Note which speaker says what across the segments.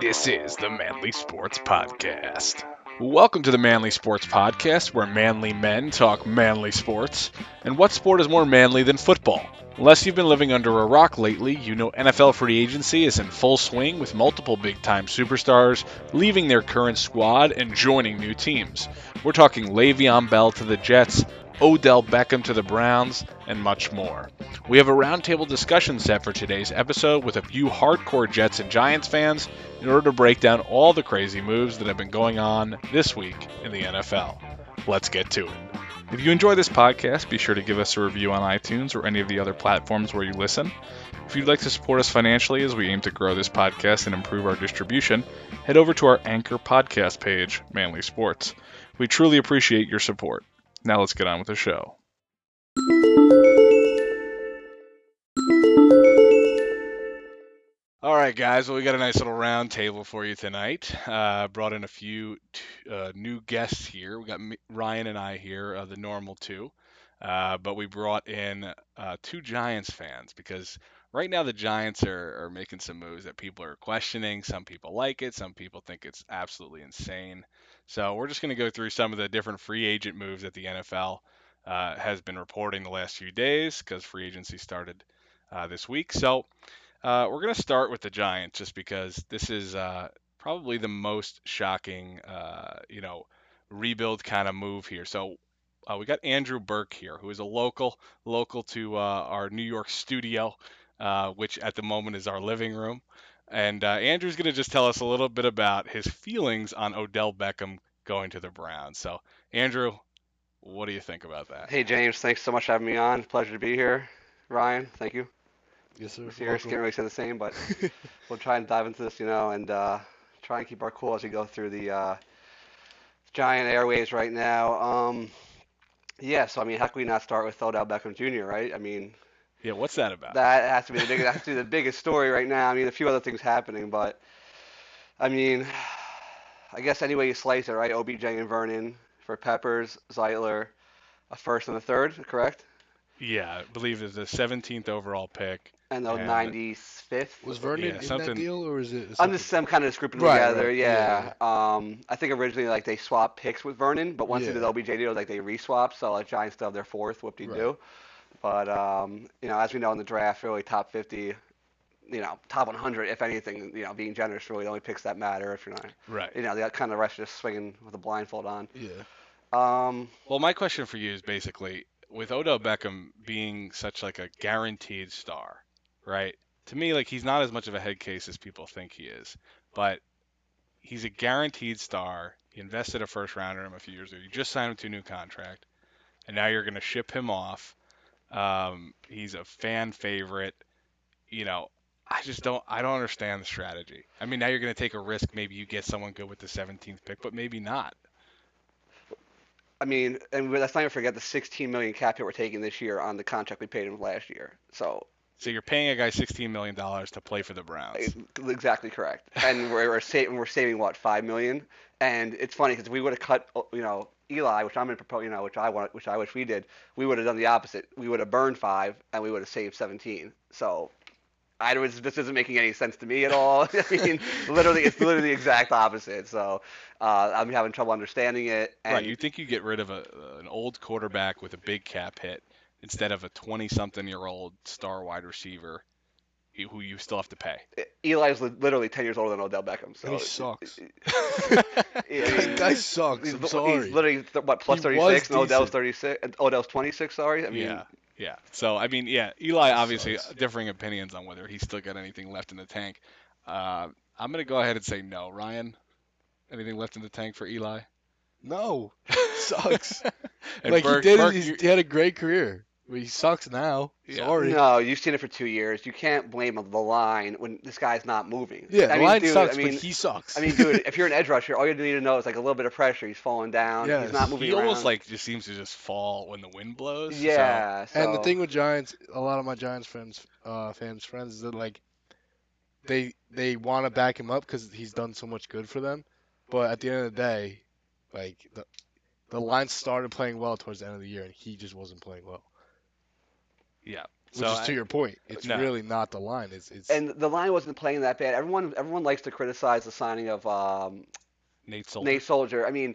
Speaker 1: This is the Manly Sports Podcast. Welcome to the Manly Sports Podcast, where manly men talk manly sports. And what sport is more manly than football? Unless you've been living under a rock lately, you know NFL free agency is in full swing with multiple big time superstars leaving their current squad and joining new teams. We're talking Le'Veon Bell to the Jets, Odell Beckham to the Browns, and much more. We have a roundtable discussion set for today's episode with a few hardcore Jets and Giants fans in order to break down all the crazy moves that have been going on this week in the NFL. Let's get to it. If you enjoy this podcast, be sure to give us a review on iTunes or any of the other platforms where you listen. If you'd like to support us financially as we aim to grow this podcast and improve our distribution, head over to our Anchor podcast page, Manly Sports. We truly appreciate your support. Now let's get on with the show. All right, guys. Well, we got a nice little round table for you tonight. Uh, brought in a few t- uh, new guests here. We got me, Ryan and I here, uh, the normal two, uh, but we brought in uh, two Giants fans because right now the Giants are, are making some moves that people are questioning. Some people like it. Some people think it's absolutely insane. So we're just going to go through some of the different free agent moves that the NFL uh, has been reporting the last few days because free agency started uh, this week. So uh, we're going to start with the Giants just because this is uh, probably the most shocking, uh, you know, rebuild kind of move here. So uh, we got Andrew Burke here, who is a local, local to uh, our New York studio, uh, which at the moment is our living room. And uh, Andrew's going to just tell us a little bit about his feelings on Odell Beckham going to the Browns. So, Andrew, what do you think about that?
Speaker 2: Hey James, thanks so much for having me on. Pleasure to be here. Ryan, thank you.
Speaker 3: Yes, sir.
Speaker 2: Serious, can't
Speaker 3: Welcome.
Speaker 2: really say the same, but we'll try and dive into this, you know, and uh, try and keep our cool as we go through the uh, giant airways right now. Um, yeah, so I mean, how can we not start with Odell Beckham Jr. right? I mean,
Speaker 1: Yeah, what's that about?
Speaker 2: that has to be the biggest, that has to be the biggest story right now. I mean, a few other things happening, but I mean, I guess any way you slice it, right? OBJ and Vernon for Peppers, Zeitler, a first and a third, correct?
Speaker 1: yeah, I believe it's the 17th overall pick.
Speaker 2: And the
Speaker 1: And-
Speaker 2: 95th.
Speaker 3: Was Vernon
Speaker 1: Yeah,
Speaker 3: in
Speaker 1: something-
Speaker 3: that deal, or is it?
Speaker 2: I'm just I'm kind of just grouping them
Speaker 3: Right, right,
Speaker 2: together. Yeah. Um, I think originally like they swapped picks with Vernon, but once
Speaker 3: Yeah.
Speaker 2: they did the LBJ deal, like they reswapped. So like Giants still have their fourth. Whoop de doo. But um, you know, as we know in the draft, really top 50, you know, top 100, if anything, you know, being generous really the only picks that matter. If you're not,
Speaker 1: Right.
Speaker 2: you know, they kind of rest just swinging with a blindfold on.
Speaker 3: Yeah.
Speaker 2: Um,
Speaker 1: Well, my question for you is basically with Odell Beckham being such like a guaranteed star, right? To me, like he's not as much of a head case as people think he is, but he's a guaranteed star. You invested a first rounder in him a few years ago. You just signed him to a new contract, and now you're going to ship him off. Um, he's a fan favorite. You know, I just don't. I don't understand the strategy. I mean, now you're going to take a risk. Maybe you get someone good with the 17th pick, but maybe not.
Speaker 2: I mean, and let's not even forget the 16 million cap hit we're taking this year on the contract we paid him last year. So
Speaker 1: So you're paying a guy sixteen million dollars to play for the Browns.
Speaker 2: Exactly correct. And we're, we're saving we're saving what five million. And it's funny because we would have cut oh, you know Eli, which I'm gonna propose, you know, which I want, which I wish we did. We would have done the opposite. We would have burned five, and we would have saved seventeen. So. I don't, this isn't making any sense to me at all. I mean, literally, it's literally the exact opposite. So uh, I'm having trouble understanding it. And
Speaker 1: Right? You think you get rid of a, an old quarterback with a big cap hit instead of a twenty-something-year-old star wide receiver who you still have to pay?
Speaker 2: Eli's li- literally 10 years older than Odell
Speaker 1: Oh,
Speaker 2: Beckham. So
Speaker 3: and he sucks.
Speaker 2: yeah, I mean,
Speaker 3: that guy sucks.
Speaker 2: He's,
Speaker 3: I'm
Speaker 2: li-
Speaker 3: sorry.
Speaker 2: he's literally th- what plus
Speaker 3: He
Speaker 2: thirty
Speaker 3: was
Speaker 2: six, and Odell's
Speaker 3: decent.
Speaker 2: thirty six, and Odell's twenty six. Sorry, I mean,
Speaker 1: yeah, yeah. So I mean, yeah. Eli obviously uh,
Speaker 3: Sucks.
Speaker 1: differing opinions on whether he's still got anything left in the tank. Uh, I'm gonna go ahead and say no, Ryan. Anything left in the tank for Eli?
Speaker 3: No, sucks.
Speaker 1: And
Speaker 3: like
Speaker 1: Burke-
Speaker 3: he did.
Speaker 1: Burke,
Speaker 3: he's-
Speaker 1: you-
Speaker 3: he had a great career, but he sucks now.
Speaker 1: Yeah.
Speaker 3: Sorry.
Speaker 2: no, you've seen it for two years. You can't blame the line when this guy's not moving.
Speaker 3: Yeah,
Speaker 2: I
Speaker 3: the
Speaker 2: mean,
Speaker 3: line
Speaker 2: dude,
Speaker 3: sucks,
Speaker 2: I mean,
Speaker 3: but he sucks.
Speaker 2: I mean, dude, if you're an edge rusher, all you need to know is like a little bit of pressure. He's falling down.
Speaker 3: Yes.
Speaker 2: He's not moving
Speaker 1: he almost
Speaker 2: around.
Speaker 1: like just seems to just fall when the wind blows. so-
Speaker 2: yeah.
Speaker 3: and the
Speaker 2: so-
Speaker 3: thing with Giants, a lot of my Giants friends, uh, fans, friends, is that like they they want to back him up because he's done so much good for them, but at the end of the day, like the the Lions started playing well towards the end of the year, and he just wasn't playing well.
Speaker 1: Yeah,
Speaker 3: Which
Speaker 1: So
Speaker 3: is
Speaker 1: I-
Speaker 3: to your point. It's
Speaker 1: No.
Speaker 3: really not the line. It's it's
Speaker 2: And the line wasn't playing that bad. Everyone everyone likes to criticize the signing of um,
Speaker 1: Nate Solder.
Speaker 2: Nate Soldier. I mean,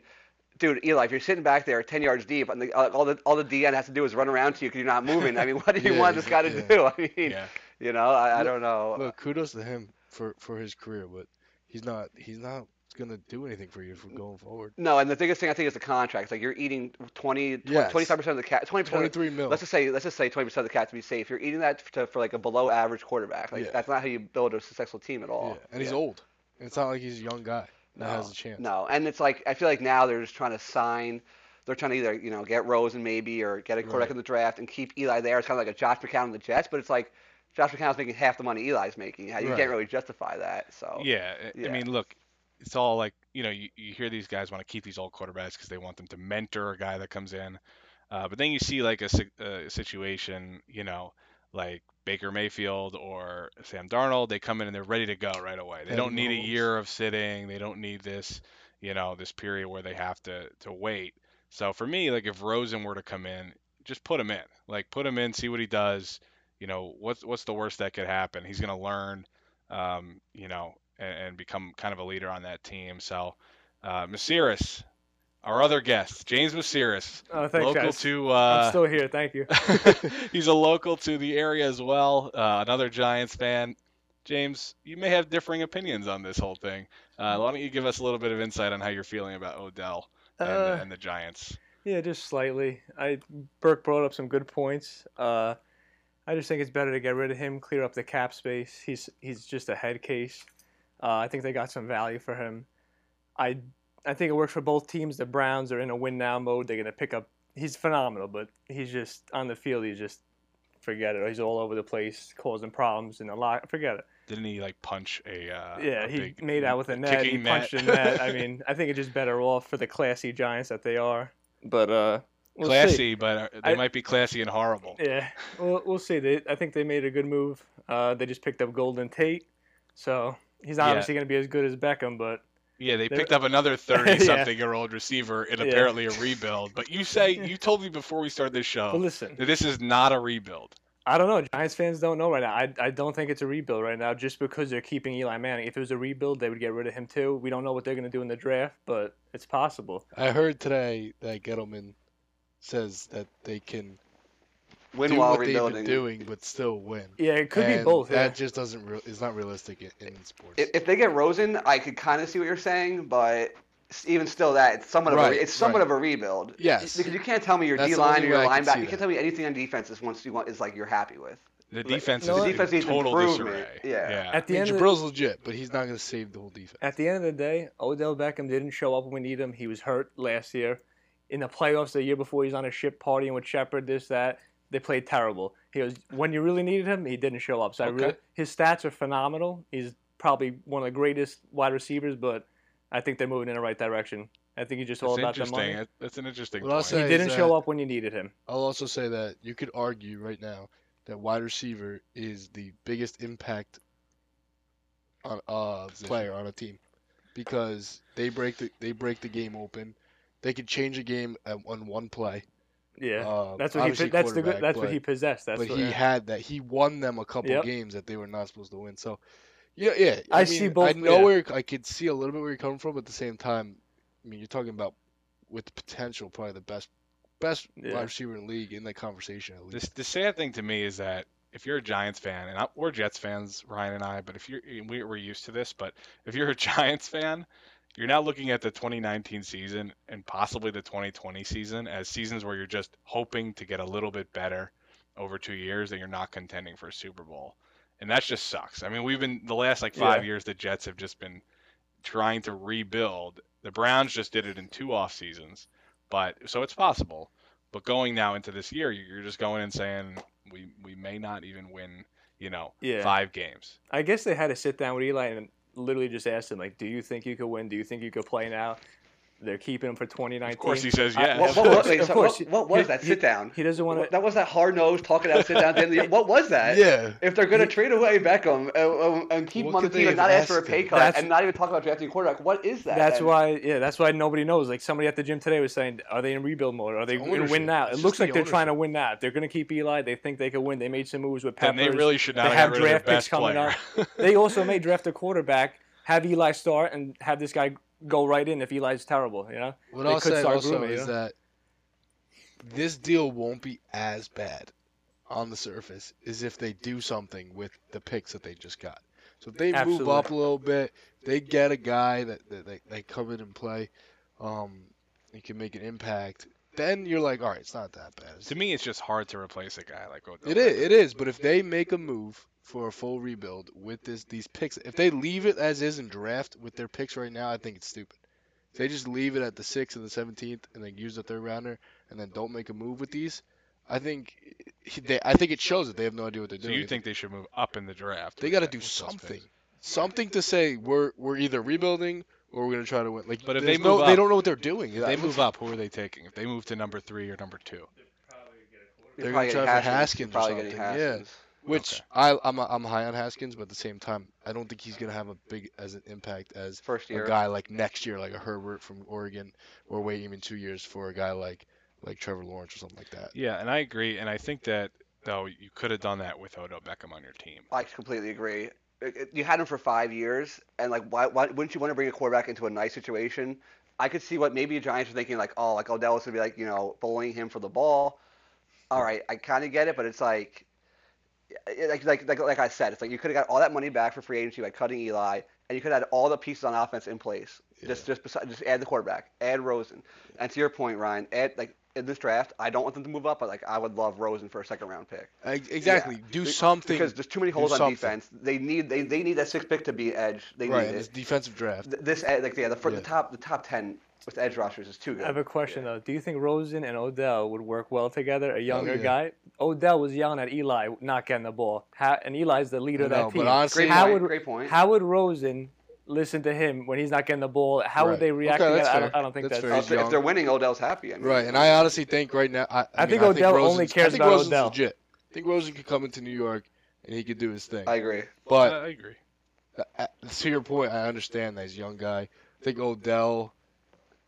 Speaker 2: dude, Eli, if you're sitting back there 10 yards deep and the, uh, all the all the DN has to do is run around to you because you're not moving, I mean, what do you
Speaker 3: Yeah,
Speaker 2: want this guy to
Speaker 3: yeah.
Speaker 2: do? I mean,
Speaker 1: Yeah.
Speaker 2: you know, I, I
Speaker 3: Look-
Speaker 2: don't know.
Speaker 3: look, kudos to him for for his career, but he's not he's not gonna do anything for you for going forward.
Speaker 2: No, and the biggest thing I think is the contracts. Like you're eating 20, 20
Speaker 3: Yes.
Speaker 2: 25% of the cap, 20%.
Speaker 3: Twenty
Speaker 2: of the-
Speaker 3: three mil.
Speaker 2: Let's just say, let's just say 20% of the cap to be safe. You're eating that to, for like a below average quarterback. Like
Speaker 3: Yeah.
Speaker 2: that's not how you build a successful team at
Speaker 3: yeah.
Speaker 2: all.
Speaker 3: And he's
Speaker 2: Yeah.
Speaker 3: old. And it's not like he's a young guy that
Speaker 2: No.
Speaker 3: has a chance.
Speaker 2: No, and it's like I feel like now they're just trying to sign. They're trying to either you know get Rosen maybe or get a quarterback
Speaker 3: Right.
Speaker 2: in the draft and keep Eli there. It's kind of like a Josh McCown in the Jets, but it's like Josh McCown's making half the money Eli's making. You
Speaker 3: Right.
Speaker 2: can't really justify that. So
Speaker 1: Yeah, I-
Speaker 2: Yeah.
Speaker 1: I mean, look, it's all like you know, you, you hear these guys want to keep these old quarterbacks because they want them to mentor a guy that comes in, uh, but then you see like a, si- a situation, you know, like Baker Mayfield or Sam Darnold, they come in and they're ready to go right away. They
Speaker 3: Patty
Speaker 1: don't need a
Speaker 3: Mahomes.
Speaker 1: year of sitting. They don't need this, you know, this period where they have to to wait. So for me, like if Rosen were to come in, just put him in. Like put him in, see what he does. You know, what's what's the worst that could happen? He's gonna learn, um, you know, and, and become kind of a leader on that team. So, uh, Masiris, our other guest, James Masiris,
Speaker 4: Oh, thanks,
Speaker 1: local
Speaker 4: guys.
Speaker 1: to
Speaker 4: I'm
Speaker 1: uh,
Speaker 4: still here. Thank you.
Speaker 1: he's a local to the area as well. Uh, another Giants fan. James, you may have differing opinions on this whole thing. Uh,
Speaker 4: Mm.
Speaker 1: why don't you give us a little bit of insight on how you're feeling about Odell and,
Speaker 4: Uh,
Speaker 1: and the Giants?
Speaker 4: Yeah, just slightly. I Burke brought up some good points. Uh, I just think it's better to get rid of him, clear up the cap space. He's he's just a head case. Uh, I think they got some value for him. I I think it works for both teams. The Browns are in a win now mode. They're gonna pick up. He's phenomenal, but he's just on the field. He's just forget it. He's all over the place, causing problems and a lot. Forget it.
Speaker 1: Didn't he like punch a? Uh,
Speaker 4: Yeah,
Speaker 1: a
Speaker 4: he
Speaker 1: big
Speaker 4: made out with a net. He
Speaker 1: kicking net?
Speaker 4: punched a net. I mean, I think it's just better off for the classy Giants that they are. But uh, we'll see.
Speaker 1: classy, but uh, they
Speaker 4: I-
Speaker 1: might be classy and horrible.
Speaker 4: Yeah, we'll, we'll see. They, I think they made a good move. Uh, they just picked up Golden Tate, so he's
Speaker 1: Yeah.
Speaker 4: obviously going to be as good as Beckham. But
Speaker 1: Yeah, they
Speaker 4: They're-
Speaker 1: picked up another
Speaker 4: Yeah.
Speaker 1: thirty-something-year-old receiver in
Speaker 4: Yeah.
Speaker 1: apparently a rebuild. But you say you told me before we started this
Speaker 3: Oh.
Speaker 4: but
Speaker 1: show
Speaker 4: listen,
Speaker 1: that this is not a rebuild.
Speaker 4: I don't know. Giants fans don't know right now. I, I don't think it's a rebuild right now, just because they're keeping Eli Manning. If it was a rebuild, they would get rid of him too. We don't know what they're going to do in the draft, but it's possible.
Speaker 3: I heard today that Gettleman says that they can
Speaker 2: win
Speaker 3: do
Speaker 2: while
Speaker 3: what
Speaker 2: rebuilding.
Speaker 3: they've been doing but still win.
Speaker 4: Yeah, it could be
Speaker 3: And
Speaker 4: both.
Speaker 3: That
Speaker 4: yeah.
Speaker 3: just doesn't real it's not realistic in, in sports.
Speaker 2: If, if they get Rosen, I could kind of see what you're saying, but s- even still, that it's somewhat of a,
Speaker 3: Right,
Speaker 2: re- it's somewhat
Speaker 3: right.
Speaker 2: of a rebuild.
Speaker 3: Yes.
Speaker 2: because you can't tell me your
Speaker 3: That's the
Speaker 2: D line or
Speaker 3: only
Speaker 2: your
Speaker 3: way I can see
Speaker 2: linebacker. You
Speaker 3: that.
Speaker 2: can't tell me anything on defense is once you want is like you're happy with.
Speaker 1: The
Speaker 4: Like,
Speaker 1: defense
Speaker 4: no,
Speaker 1: is
Speaker 4: the
Speaker 1: in
Speaker 2: defense needs
Speaker 1: total disarray.
Speaker 2: improvement, yeah.
Speaker 4: at
Speaker 3: I
Speaker 4: the
Speaker 3: mean,
Speaker 4: end, of the-
Speaker 3: Jabril's legit, but he's not going to save the whole defense.
Speaker 4: At the end of the day, Odell Beckham didn't show up when we need him. He was hurt last year. In the playoffs the year before, he's on a ship partying with Shepard, this, that. They played terrible. He was when you really needed him, he didn't show up. So I
Speaker 1: Okay.
Speaker 4: really, his stats are phenomenal. He's probably one of the greatest wide receivers, but I think they're moving in the right direction. I think he's just all
Speaker 1: That's
Speaker 4: about the
Speaker 1: interesting.
Speaker 4: money.
Speaker 1: That- That's an interesting
Speaker 3: Well, I'll
Speaker 1: point.
Speaker 4: He
Speaker 3: say-
Speaker 4: didn't
Speaker 3: Is
Speaker 4: show
Speaker 3: that-
Speaker 4: up when you needed him.
Speaker 3: I'll also say that you could argue right now that wide receiver is the biggest impact on uh, player on a team because they break the they break the game open. They could change a game at, on one play.
Speaker 4: Yeah,
Speaker 3: Uh,
Speaker 4: that's what he.
Speaker 3: obviously
Speaker 4: po- That's the. good-
Speaker 3: quarterback,
Speaker 4: That's what
Speaker 3: but-
Speaker 4: he possessed. That's
Speaker 3: but
Speaker 4: what,
Speaker 3: he
Speaker 4: yeah.
Speaker 3: had that. He won them a couple
Speaker 4: Yep.
Speaker 3: games that they were not supposed to win. So, yeah, yeah.
Speaker 4: I see
Speaker 3: mean,
Speaker 4: both-
Speaker 3: I know
Speaker 4: yeah.
Speaker 3: where I could see a little bit where you're coming from, but at the same time, I mean, you're talking about with the potential, probably the best, best
Speaker 4: Yeah.
Speaker 3: wide receiver in the league in that conversation at least.
Speaker 1: The, the sad thing to me is that if you're a Giants fan, and I, we're Jets fans, Ryan and I, but if you're we, we're used to this, but if you're a Giants fan, you're now looking at the 2019 season and possibly the 2020 season as seasons where you're just hoping to get a little bit better over two years, and you're not contending for a Super Bowl, and that just sucks. I mean, we've been the last like five
Speaker 4: Yeah.
Speaker 1: years, the Jets have just been trying to rebuild. The Browns just did it in two off seasons, but so it's possible. But going now into this year, you're just going and saying we we may not even win, you know,
Speaker 4: Yeah.
Speaker 1: five games.
Speaker 4: I guess they had to sit down with Eli and literally just asked him, like, "Do you think you could win? Do you think you could play now?" They're keeping him for 2019.
Speaker 1: Of course, he says
Speaker 4: I-
Speaker 1: yes.
Speaker 2: What,
Speaker 4: Of
Speaker 2: what,
Speaker 4: course,
Speaker 2: what, wait,
Speaker 4: of
Speaker 2: so
Speaker 4: course.
Speaker 2: what, what was that
Speaker 4: He-
Speaker 2: sit down?
Speaker 4: He doesn't want to.
Speaker 2: That was that hard nose talking about sit down. at the end of the year. What was that?
Speaker 3: Yeah.
Speaker 2: If they're going to trade away Beckham and, and- and keep
Speaker 3: What
Speaker 2: him on the
Speaker 3: could they
Speaker 2: team and
Speaker 3: have
Speaker 2: not ask for a
Speaker 3: asked
Speaker 2: pay
Speaker 3: him?
Speaker 2: cut
Speaker 4: That's-
Speaker 2: and not even talk about drafting a quarterback, what is that?
Speaker 4: That's
Speaker 2: then?
Speaker 4: why, yeah, that's why nobody knows. Like somebody at the gym today was saying, are they in rebuild mode? Are they
Speaker 3: It's
Speaker 4: going to
Speaker 3: ownership.
Speaker 4: win now?
Speaker 3: It's
Speaker 4: It
Speaker 3: just
Speaker 4: looks
Speaker 3: the
Speaker 4: like they're trying to win now. If they're going to keep Eli, they think they could win. They made some moves with Peppers.
Speaker 1: And they really should not
Speaker 4: They
Speaker 1: have,
Speaker 4: have
Speaker 1: got rid of
Speaker 4: draft
Speaker 1: their
Speaker 4: picks
Speaker 1: best
Speaker 4: coming
Speaker 1: player.
Speaker 4: They also may draft a quarterback, have Eli start, and have this guy go right in if Eli's terrible. You know,
Speaker 3: What
Speaker 4: They
Speaker 3: I'll
Speaker 4: could
Speaker 3: say
Speaker 4: start
Speaker 3: also
Speaker 4: grooming,
Speaker 3: is
Speaker 4: yeah.
Speaker 3: that this deal won't be as bad on the surface as if they do something with the picks that they just got. So if they move
Speaker 4: Absolutely.
Speaker 3: up a little bit, they get a guy that, that they, they come in and play, um, and can make an impact. Then you're like, all right, it's not that bad.
Speaker 1: to me, it's just hard to replace a guy like Odell.
Speaker 3: It is, it is. But if they make a move for a full rebuild with this these picks, if they leave it as is and draft with their picks right now, I think it's stupid. If they just leave it at the sixth and the seventeenth, and then use the third rounder, and then don't make a move with these, I think they I think it shows that they have no idea what they're
Speaker 1: So
Speaker 3: doing.
Speaker 1: you think they should move up in the draft?
Speaker 3: they
Speaker 1: with
Speaker 3: got to
Speaker 1: that-
Speaker 3: do
Speaker 1: with those picks.
Speaker 3: something, something to say we're we're either rebuilding or we're gonna try to win. Like,
Speaker 1: But if
Speaker 3: there's
Speaker 1: they
Speaker 3: no,
Speaker 1: move
Speaker 3: they
Speaker 1: up-
Speaker 3: don't know what they're doing.
Speaker 1: If they move up, who are they taking? If they move to number three or number two,
Speaker 2: You're
Speaker 3: They're
Speaker 2: probably
Speaker 3: gonna
Speaker 2: getting
Speaker 3: try for Haskins or
Speaker 2: Probably getting
Speaker 3: something, yeah.
Speaker 2: Haskins.
Speaker 3: Which
Speaker 1: Okay.
Speaker 3: I I'm I'm high on Haskins, but at the same time, I don't think he's gonna have a big as an impact as
Speaker 2: First year.
Speaker 3: a guy like next year, like a Herbert from Oregon, or wait even two years for a guy like like Trevor Lawrence or something like that.
Speaker 1: yeah, and I agree, and I think that though you could have done that with Odell Beckham on your team.
Speaker 2: I completely agree. It- it- You had him for five years, and like, why, why wouldn't you want to bring a quarterback into a nice situation? I could see what maybe the Giants were thinking, like, oh, like Odell was gonna be like, you know, bullying him for the ball. All right, I kind of get it, but it's like, it- like, like, like, like I said, it's like you could have got all that money back for free agency by cutting Eli, and you could have had all the pieces on offense in place. Just, just, besi- just add the quarterback, add Rosen, and to your point, Ryan, add like in this draft, I don't want them to move up, but like I would love Rosen for a second round pick.
Speaker 3: Ex- Exactly. Do
Speaker 2: Be-
Speaker 3: something.
Speaker 2: because there's too many
Speaker 3: Do
Speaker 2: holes on
Speaker 3: something.
Speaker 2: defense. They need they, they need that sixth pick to be edge. They
Speaker 3: right,
Speaker 2: need
Speaker 3: and
Speaker 2: it.
Speaker 3: it's defensive draft.
Speaker 2: Th- This ed- like yeah, the, fir-
Speaker 3: Yeah.
Speaker 2: the top the top ten with edge rosters is too
Speaker 4: I have
Speaker 2: good.
Speaker 4: a question though. Do you think Rosen and Odell would work well together? A younger
Speaker 3: Oh, yeah.
Speaker 4: guy. Odell was yelling at Eli not getting the ball, how, and Eli's the leader of
Speaker 3: I
Speaker 4: that
Speaker 3: know, but
Speaker 4: team.
Speaker 3: honestly-
Speaker 4: how
Speaker 2: Great point,
Speaker 4: would
Speaker 2: great point.
Speaker 4: how would Rosen listen to him when he's not getting the ball? How
Speaker 3: Right.
Speaker 4: would they react
Speaker 3: Okay,
Speaker 4: to
Speaker 3: that's
Speaker 4: that? I don't,
Speaker 3: fair.
Speaker 4: I don't think
Speaker 3: That's
Speaker 4: that's.
Speaker 3: fair.
Speaker 2: Oh, If they're- if they're winning, Odell's happy. I mean,
Speaker 3: Right, and I honestly think right now, I, I,
Speaker 4: I
Speaker 3: mean,
Speaker 4: think
Speaker 3: I
Speaker 4: Odell
Speaker 3: Rosen's-
Speaker 4: only cares
Speaker 3: I think
Speaker 4: about
Speaker 3: Rosen's
Speaker 4: Odell.
Speaker 3: Legit. I think Rosen could come into New York and he could do his thing.
Speaker 2: I agree.
Speaker 3: but
Speaker 1: I agree.
Speaker 3: Uh, to your point, I understand that he's a young guy. I think Odell,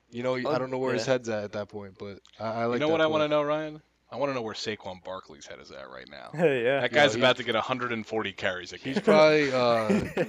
Speaker 3: you know, I don't know where his
Speaker 4: yeah.
Speaker 3: head's at at that point, but I, I like.
Speaker 1: you know what I want to know, Ryan? I want to know where Saquon Barkley's head is at right now.
Speaker 4: yeah.
Speaker 1: That guy's
Speaker 3: he-
Speaker 1: about to get 140 carries a game.
Speaker 3: He's probably uh,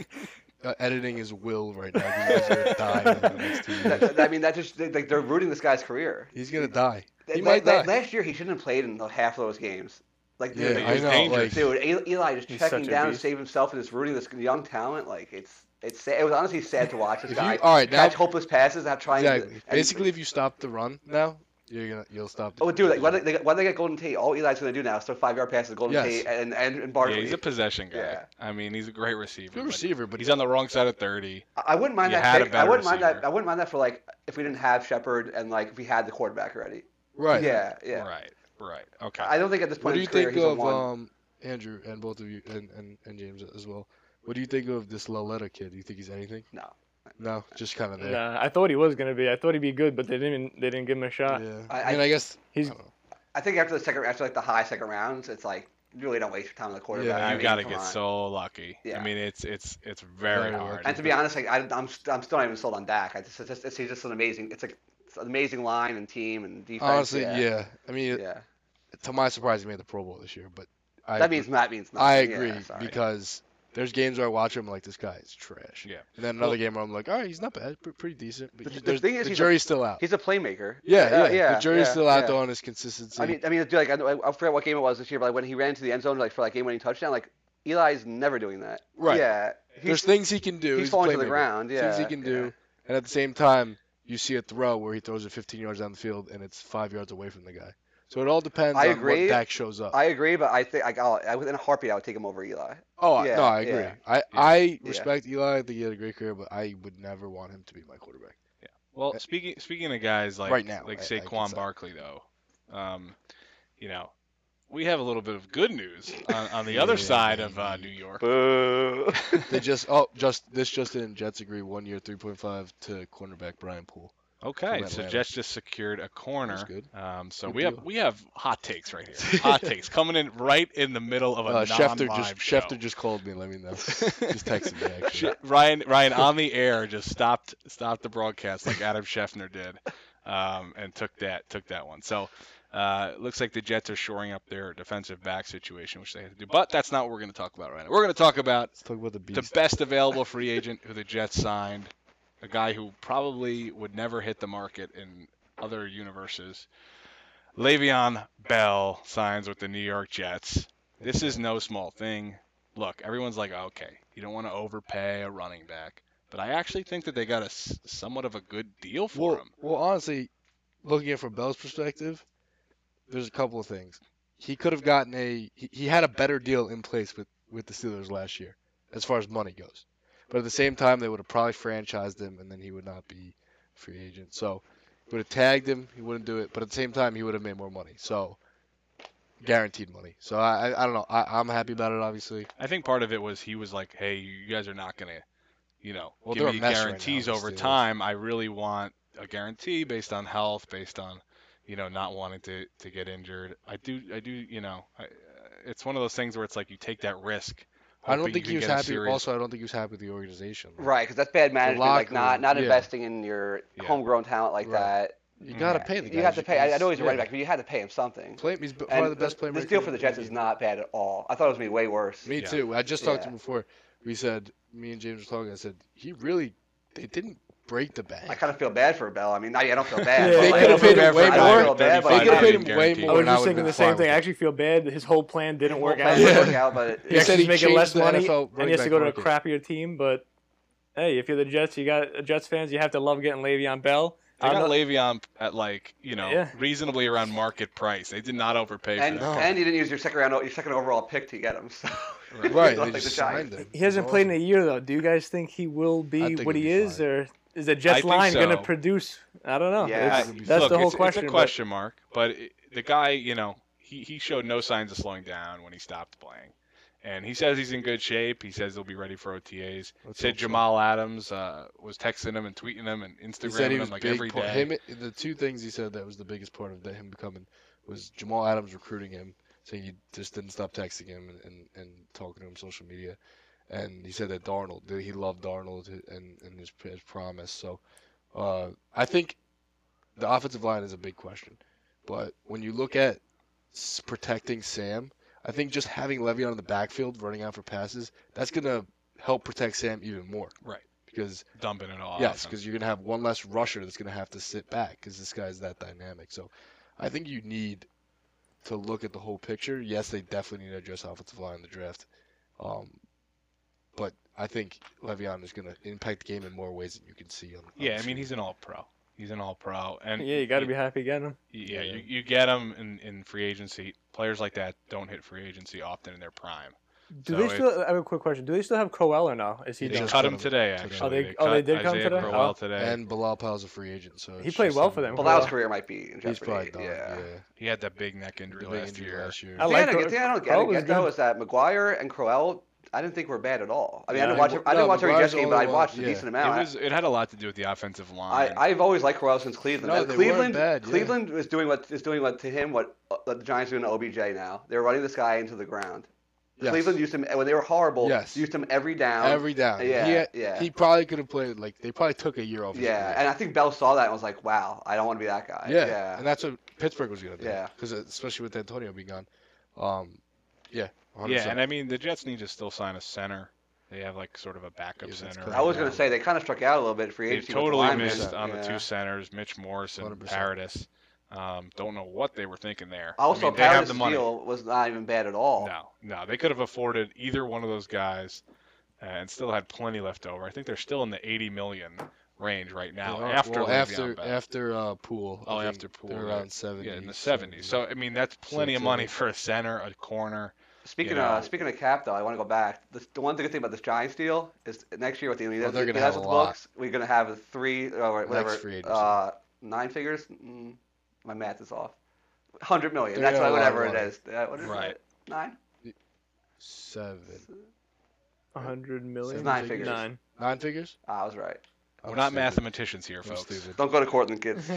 Speaker 3: uh, editing his will right now. 'cause He's gonna die. in the next two
Speaker 2: That-
Speaker 3: years.
Speaker 2: that- I mean, that just they- like they're rooting this guy's career.
Speaker 3: He's gonna die. He
Speaker 2: Th-
Speaker 3: might
Speaker 2: la- la-
Speaker 3: die.
Speaker 2: Last year, he shouldn't have played in the half of those games. Like dude,
Speaker 3: Yeah, I
Speaker 1: he's
Speaker 3: know. Like,
Speaker 1: dangerous.
Speaker 2: dude, E- Eli just
Speaker 4: He's
Speaker 2: checking
Speaker 4: such a
Speaker 2: down to
Speaker 4: beast.
Speaker 2: save himself and just rooting this young talent. Like it's it's sad. it was honestly sad to watch this
Speaker 3: If you-
Speaker 2: guy
Speaker 3: all right, now-
Speaker 2: catch hopeless passes, not trying
Speaker 3: exactly.
Speaker 2: to and-
Speaker 3: Basically, if you stop the run now, you're gonna you'll stop. The
Speaker 2: Oh, dude, like, why, they, they, why they got Golden Tate? All Eli's going to do now is throw five yard passes to Golden
Speaker 3: Yes.
Speaker 2: Tate and, and, and
Speaker 1: Yeah,
Speaker 2: Barkley.
Speaker 1: he's a possession guy.
Speaker 2: Yeah.
Speaker 1: I mean, he's a great receiver.
Speaker 3: Good
Speaker 1: but
Speaker 3: receiver, but
Speaker 1: He's on the wrong side of 30.
Speaker 2: I I wouldn't mind
Speaker 1: You had
Speaker 2: that.
Speaker 1: a
Speaker 2: Pick. I
Speaker 1: better
Speaker 2: wouldn't mind that.
Speaker 1: receiver.
Speaker 2: I wouldn't mind that for like if we didn't have Shepard and like if we had the quarterback already.
Speaker 3: right.
Speaker 2: Yeah, yeah.
Speaker 1: Right. Right. Okay.
Speaker 2: I don't think at this point
Speaker 3: What do
Speaker 2: in
Speaker 3: you
Speaker 2: his career
Speaker 3: think
Speaker 2: he's a
Speaker 3: of
Speaker 2: one.
Speaker 3: um, Andrew and both of you and, and, and James as well? What do you think of this Laletta kid? Do you think he's anything?
Speaker 2: No.
Speaker 3: No, just kind of there.
Speaker 4: Nah, I thought he was gonna be. I thought he'd be good, but they didn't. They didn't give him a shot.
Speaker 3: Yeah.
Speaker 2: I-
Speaker 3: I,
Speaker 2: I-
Speaker 3: mean, I guess
Speaker 4: He's
Speaker 3: I don't know.
Speaker 2: I think after the second, after like the high second rounds, it's like you really don't waste your time on the quarterback.
Speaker 3: Yeah,
Speaker 2: I
Speaker 1: you
Speaker 2: mean,
Speaker 1: got to
Speaker 2: come
Speaker 1: get
Speaker 2: on.
Speaker 1: so lucky.
Speaker 2: Yeah.
Speaker 1: I mean, it's it's it's very
Speaker 3: Very
Speaker 1: hard.
Speaker 3: lucky.
Speaker 2: And to be honest, like I, I'm, st- I'm still not even sold on Dak. I just, it's just, it's, he's just an amazing. It's like it's an amazing line and team and defense.
Speaker 3: honestly,
Speaker 2: yeah.
Speaker 3: yeah. I mean,
Speaker 2: Yeah.
Speaker 3: to my surprise, he made the Pro Bowl this year, but I
Speaker 2: That means that means nothing.
Speaker 3: I agree
Speaker 2: yeah, sorry.
Speaker 3: because there's games where I watch him like this guy is trash.
Speaker 1: Yeah.
Speaker 3: And then another game where I'm like, all right, he's not bad, pre- pretty decent. But
Speaker 2: The-
Speaker 3: he-
Speaker 2: the
Speaker 3: there's-
Speaker 2: thing is he's a-
Speaker 3: jury's still out.
Speaker 2: he's a playmaker.
Speaker 3: yeah,
Speaker 2: Uh,
Speaker 3: yeah, The jury's
Speaker 2: yeah,
Speaker 3: still out
Speaker 2: yeah.
Speaker 3: though on his consistency.
Speaker 2: I mean, I mean, dude, like I, know- I forget what game it was this year, but like, when he ran into the end zone like for like game-winning touchdown, like Eli's never doing that.
Speaker 3: Right.
Speaker 2: Yeah. He's,
Speaker 3: there's things he can do.
Speaker 2: he's
Speaker 3: a
Speaker 2: falling to the
Speaker 3: playmaker.
Speaker 2: ground. Yeah.
Speaker 3: Things he can do, and at the same time, you see a throw where he throws it 15 yards down the field and it's five yards away from the guy. So it all depends
Speaker 2: I
Speaker 3: on
Speaker 2: agree.
Speaker 3: what Dak shows up.
Speaker 2: yeah. I agree, but I think like I'll, I, within a heartbeat, I would take him over Eli.
Speaker 3: Oh I
Speaker 2: Yeah,
Speaker 3: no, I agree.
Speaker 2: yeah.
Speaker 3: I, I respect Eli. I think he had a great career, but I would never want him to be my quarterback.
Speaker 1: Well, speaking speaking of guys like
Speaker 3: Right now,
Speaker 1: like
Speaker 3: I- I
Speaker 1: Saquon
Speaker 3: guess I-
Speaker 1: Barkley though, um, you know, we have a little bit of good news on, on the other side of uh, New York.
Speaker 2: Boo.
Speaker 3: They just oh just this just in Jets agree one year three point five to cornerback Brian Poole.
Speaker 1: Okay,
Speaker 3: From
Speaker 1: so
Speaker 3: Atlanta.
Speaker 1: Jets just secured a corner.
Speaker 3: That's good.
Speaker 1: Um, so
Speaker 3: Good
Speaker 1: we have
Speaker 3: deal.
Speaker 1: we have hot takes right here. Hot takes coming in right in the middle of a
Speaker 3: Uh, Schefter just
Speaker 1: non-live
Speaker 3: Schefter just called me. Let me know. just texted me.
Speaker 1: show.
Speaker 3: Actually.
Speaker 1: Ryan Ryan on the air just stopped stopped the broadcast like Adam Scheffner did, um, and took that took that one. So uh, it looks like the Jets are shoring up their defensive back situation, which they have to do. But that's not what we're going to talk about right now. We're going to talk about
Speaker 3: Let's talk about the beast.
Speaker 1: the best available free agent who the Jets signed, a guy who probably would never hit the market in other universes. Le'Veon Bell signs with the New York Jets. This is no small thing. Look, everyone's like, okay, you don't want to overpay a running back, but I actually think that they got a s- somewhat of a good deal for
Speaker 3: well,
Speaker 1: him.
Speaker 3: well, honestly, looking at it from Bell's perspective, there's a couple of things. He could have gotten a he, he had a better deal in place with with the Steelers last year as far as money goes. But at the same time, they would have probably franchised him, and then he would not be a free agent. So would have tagged him. He wouldn't do it. But at the same time, he would have made more money. So guaranteed money. So I I, I don't know. I, I'm happy about it. Obviously,
Speaker 1: I think part of it was he was like, hey, you guys are not going to, you know,
Speaker 3: Well, they're
Speaker 1: give
Speaker 3: a
Speaker 1: me
Speaker 3: mess right now,
Speaker 1: guarantees
Speaker 3: the
Speaker 1: over
Speaker 3: Steelers.
Speaker 1: time. I really want a guarantee based on health, based on, you know, not wanting to, to get injured. I do, I do, you know, I, uh, it's one of those things where it's like you take that risk.
Speaker 3: I don't
Speaker 1: hoping
Speaker 3: think
Speaker 1: you can
Speaker 3: he was
Speaker 1: get a
Speaker 3: happy.
Speaker 1: serious-
Speaker 3: Also, I don't think he was happy with the organization.
Speaker 2: Right, because that's bad management. Like
Speaker 3: locker
Speaker 2: not
Speaker 3: room,
Speaker 2: not
Speaker 3: yeah.
Speaker 2: investing in your
Speaker 1: Yeah.
Speaker 2: homegrown talent like
Speaker 3: Right.
Speaker 2: that.
Speaker 3: You gotta
Speaker 1: Mm.
Speaker 2: Yeah,
Speaker 3: pay the guy.
Speaker 2: You have to pay. I, I know he's a
Speaker 3: yeah.
Speaker 2: running back, but you had to pay him something.
Speaker 3: Play, he's b-
Speaker 2: And
Speaker 3: probably the best playmaker.
Speaker 2: This deal for
Speaker 3: in
Speaker 2: the Jets is
Speaker 3: league.
Speaker 2: not bad at all. I thought it was gonna be way worse.
Speaker 3: Me
Speaker 1: Yeah.
Speaker 3: too. I just talked to
Speaker 2: Yeah.
Speaker 3: him before. We said me and James were talking. I said he really they didn't break the bank.
Speaker 2: I kind of feel bad for Bell. I mean, I, I don't feel bad.
Speaker 4: Yeah,
Speaker 2: but,
Speaker 4: They
Speaker 2: like,
Speaker 3: could've
Speaker 2: I don't feel
Speaker 3: paid him
Speaker 2: bad for-
Speaker 3: way
Speaker 2: I don't
Speaker 3: more.
Speaker 2: feel bad,
Speaker 3: They
Speaker 2: but, like,
Speaker 3: could've paid him
Speaker 1: guaranteed.
Speaker 3: way
Speaker 4: I
Speaker 3: more.
Speaker 4: was
Speaker 3: and I
Speaker 4: just
Speaker 3: would've
Speaker 4: thinking
Speaker 3: been
Speaker 4: the
Speaker 3: fine
Speaker 4: same
Speaker 3: with
Speaker 4: thing. I
Speaker 3: it.
Speaker 4: actually feel bad. that His whole plan didn't work
Speaker 2: Well,
Speaker 4: out.
Speaker 2: it
Speaker 3: Yeah.
Speaker 2: didn't work out, but
Speaker 3: He
Speaker 4: He
Speaker 3: said
Speaker 4: said
Speaker 3: he
Speaker 4: he's making less
Speaker 3: changed the
Speaker 4: money
Speaker 3: NFL
Speaker 4: and he has
Speaker 3: running
Speaker 4: to go to a
Speaker 3: back
Speaker 4: crappier team. But hey, if you're the Jets, you got Jets fans. You have to love getting Le'Veon Bell.
Speaker 1: They
Speaker 4: I'm
Speaker 1: got
Speaker 4: not-
Speaker 1: Le'Veon at like, you know,
Speaker 4: Yeah.
Speaker 1: reasonably around market price. They did not overpay
Speaker 2: and
Speaker 1: for that.
Speaker 2: and you didn't use your second round, your second overall pick to get him. So
Speaker 3: Right,
Speaker 2: Like
Speaker 3: they
Speaker 2: the
Speaker 3: just
Speaker 2: Giants.
Speaker 3: signed him.
Speaker 4: he hasn't played in a year though. Do you guys think he will
Speaker 3: I
Speaker 4: be
Speaker 3: think
Speaker 4: what
Speaker 3: he'll
Speaker 4: he
Speaker 3: be
Speaker 4: is,
Speaker 3: fine.
Speaker 4: or is the
Speaker 1: I
Speaker 4: Jets
Speaker 1: think
Speaker 4: line going
Speaker 1: so.
Speaker 4: to produce? I don't know.
Speaker 2: Yeah.
Speaker 4: It's-
Speaker 1: I-
Speaker 3: It's-
Speaker 4: that's
Speaker 1: look,
Speaker 4: the whole
Speaker 1: it's,
Speaker 4: question.
Speaker 1: It's a
Speaker 4: but-
Speaker 1: question mark, but it, the guy, you know, he, he showed no signs of slowing down when he stopped playing. And he says he's in good shape. He says he'll be ready for OTAs.
Speaker 3: Let's
Speaker 1: said
Speaker 3: hope so.
Speaker 1: Jamal Adams uh, was texting him and tweeting him and
Speaker 3: He
Speaker 1: Instagramming
Speaker 3: said he
Speaker 1: him
Speaker 3: was
Speaker 1: like
Speaker 3: big.
Speaker 1: every
Speaker 3: part-
Speaker 1: day.
Speaker 3: Him, the two things he said that was the biggest part of that him becoming was Jamal Adams recruiting him, saying he just didn't stop texting him and, and, and talking to him on social media, and he said that Darnold that he loved Darnold and and his, his promise. So uh, I think the offensive line is a big question, but when you look at s- protecting Sam, I think just having Le'Veon in the backfield running out for passes that's gonna help protect Sam even more.
Speaker 1: Right.
Speaker 3: Because
Speaker 1: dumping it all.
Speaker 3: Yes,
Speaker 1: off him.
Speaker 3: because you're gonna have one less rusher that's gonna have to sit back because this guy's that dynamic. So, I think you need to look at the whole picture. Yes, they definitely need to address offensive line in the draft, um, but I think Le'Veon is gonna impact the game in more ways than you can see. On, on
Speaker 1: yeah,
Speaker 3: the
Speaker 1: I mean
Speaker 3: screen.
Speaker 1: he's an All Pro. He's an All Pro, and
Speaker 4: Yeah, you got to be happy getting him.
Speaker 1: Yeah,
Speaker 3: Yeah.
Speaker 1: You, you get him in, in free agency. Players like that don't hit free agency often in their prime.
Speaker 4: Do
Speaker 1: So
Speaker 4: they still? I have a quick question. Do they still have Crowell or no? Is he?
Speaker 1: They
Speaker 3: just
Speaker 4: done?
Speaker 1: cut
Speaker 3: cut
Speaker 1: him
Speaker 3: him
Speaker 1: today.
Speaker 3: today.
Speaker 1: Actually,
Speaker 4: Oh, they- oh, they did cut him
Speaker 1: Isaiah
Speaker 4: today?
Speaker 1: Crowell
Speaker 4: Oh.
Speaker 1: today.
Speaker 3: and Bilal Powell's a free agent, so
Speaker 4: He
Speaker 3: it's
Speaker 4: played
Speaker 3: just
Speaker 4: well
Speaker 3: him-
Speaker 4: for them.
Speaker 2: Well, Lau's career might be in
Speaker 3: He's probably
Speaker 2: jeopardy.
Speaker 3: done.
Speaker 2: yeah.
Speaker 3: Yeah,
Speaker 1: he had that big neck injury
Speaker 3: the big
Speaker 1: last
Speaker 3: injury
Speaker 1: year.
Speaker 3: last year.
Speaker 4: I
Speaker 2: The
Speaker 4: like
Speaker 2: thing I,
Speaker 4: Cro-
Speaker 2: get, the thing I don't get,
Speaker 4: Crowell
Speaker 2: I
Speaker 4: was
Speaker 2: get though
Speaker 4: good.
Speaker 2: is that McGuire and Crowell, I didn't think were bad at all. I mean, I didn't
Speaker 4: Yeah,
Speaker 2: watch,
Speaker 3: Mag-
Speaker 2: I didn't
Speaker 3: no,
Speaker 2: watch every
Speaker 3: McGuire's
Speaker 2: Jets
Speaker 3: the
Speaker 2: game,
Speaker 3: only
Speaker 2: but I
Speaker 3: one-
Speaker 2: watched
Speaker 3: yeah.
Speaker 2: a decent
Speaker 1: It
Speaker 2: amount.
Speaker 1: was. It had a lot to do with the offensive
Speaker 2: I,
Speaker 1: line.
Speaker 2: I've always liked Crowell since Cleveland.
Speaker 3: No,
Speaker 2: And
Speaker 3: they weren't
Speaker 2: Cleveland,
Speaker 3: bad, yeah.
Speaker 2: Cleveland is doing what is doing what to him what uh, the Giants are doing to OBJ now. They're running this guy into the ground.
Speaker 3: Yes.
Speaker 2: Cleveland used him when they were horrible.
Speaker 3: Yes.
Speaker 2: used him every down.
Speaker 3: Every down. He
Speaker 2: Yeah,
Speaker 3: had-
Speaker 2: yeah.
Speaker 3: He probably could have played like they probably took a year off. his
Speaker 2: yeah,
Speaker 3: career.
Speaker 2: and I think Bell saw that and was like, "Wow, I don't want to be that guy."
Speaker 3: Yeah,
Speaker 2: yeah.
Speaker 3: and that's what Pittsburgh was gonna do.
Speaker 2: Yeah.
Speaker 3: because especially with Antonio being gone, um, yeah, 100%.
Speaker 1: yeah, and I mean the Jets need to still sign a center. They have like sort of a backup
Speaker 3: Yeah, that's
Speaker 1: center.
Speaker 3: correct.
Speaker 2: I was gonna
Speaker 3: Yeah.
Speaker 2: say they kind of struck out a little bit for
Speaker 1: they
Speaker 2: agency. with the
Speaker 1: totally
Speaker 2: linemen.
Speaker 1: missed on the
Speaker 2: Yeah.
Speaker 1: two centers, Mitch Morris and
Speaker 3: 100%.
Speaker 1: Paradis. Um, don't know what they were thinking there.
Speaker 2: Also,
Speaker 1: I mean, they have
Speaker 2: Paris'
Speaker 1: the money.
Speaker 2: deal was not even bad at all.
Speaker 1: No, no, they could have afforded either one of those guys, uh, and still had plenty left over. I think they're still in the 80 million range right now
Speaker 3: Well,
Speaker 1: after
Speaker 3: well,
Speaker 1: Le'Veon
Speaker 3: after
Speaker 1: Bell.
Speaker 3: after uh, pool.
Speaker 1: Oh,
Speaker 3: I think
Speaker 1: after Poole,
Speaker 3: they're
Speaker 1: yeah.
Speaker 3: around seventy.
Speaker 1: yeah, in the 70s. So I mean, that's plenty of
Speaker 3: it's, uh,
Speaker 1: money for a center, a corner.
Speaker 2: Speaking
Speaker 1: You know.
Speaker 2: of speaking of cap, though, I want to go back. The, the one good thing about this Giants deal is next year with the
Speaker 3: they're gonna
Speaker 2: the
Speaker 3: have a
Speaker 2: with
Speaker 3: lot.
Speaker 2: books, we're gonna have three or whatever
Speaker 3: free agency.
Speaker 2: uh, nine figures. Mm, my math is off. Hundred million.
Speaker 3: They're
Speaker 2: That's
Speaker 3: gonna
Speaker 2: what,
Speaker 3: have a
Speaker 2: whatever
Speaker 3: lot
Speaker 2: it
Speaker 3: of
Speaker 2: is. Uh, what is
Speaker 1: Right.
Speaker 2: it? Nine.
Speaker 3: seven,
Speaker 4: A hundred million.
Speaker 2: Nine
Speaker 3: Seven
Speaker 2: figures.
Speaker 4: Nine.
Speaker 3: nine figures.
Speaker 2: Ah, I was right.
Speaker 1: We're not mathematicians here,
Speaker 3: I'm
Speaker 1: folks.
Speaker 3: stupid.
Speaker 2: Don't go to Cortland, kids.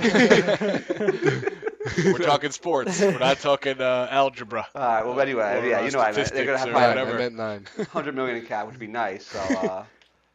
Speaker 1: We're talking sports. We're not talking uh, algebra.
Speaker 2: All right. Well, anyway,
Speaker 1: Or,
Speaker 2: yeah,
Speaker 1: uh,
Speaker 2: you know what I meant. They're gonna
Speaker 1: statistics
Speaker 2: have
Speaker 1: or
Speaker 2: probably
Speaker 3: Nine,
Speaker 1: whatever.
Speaker 3: I meant nine.
Speaker 2: 100 million in cap, which would be nice. So uh,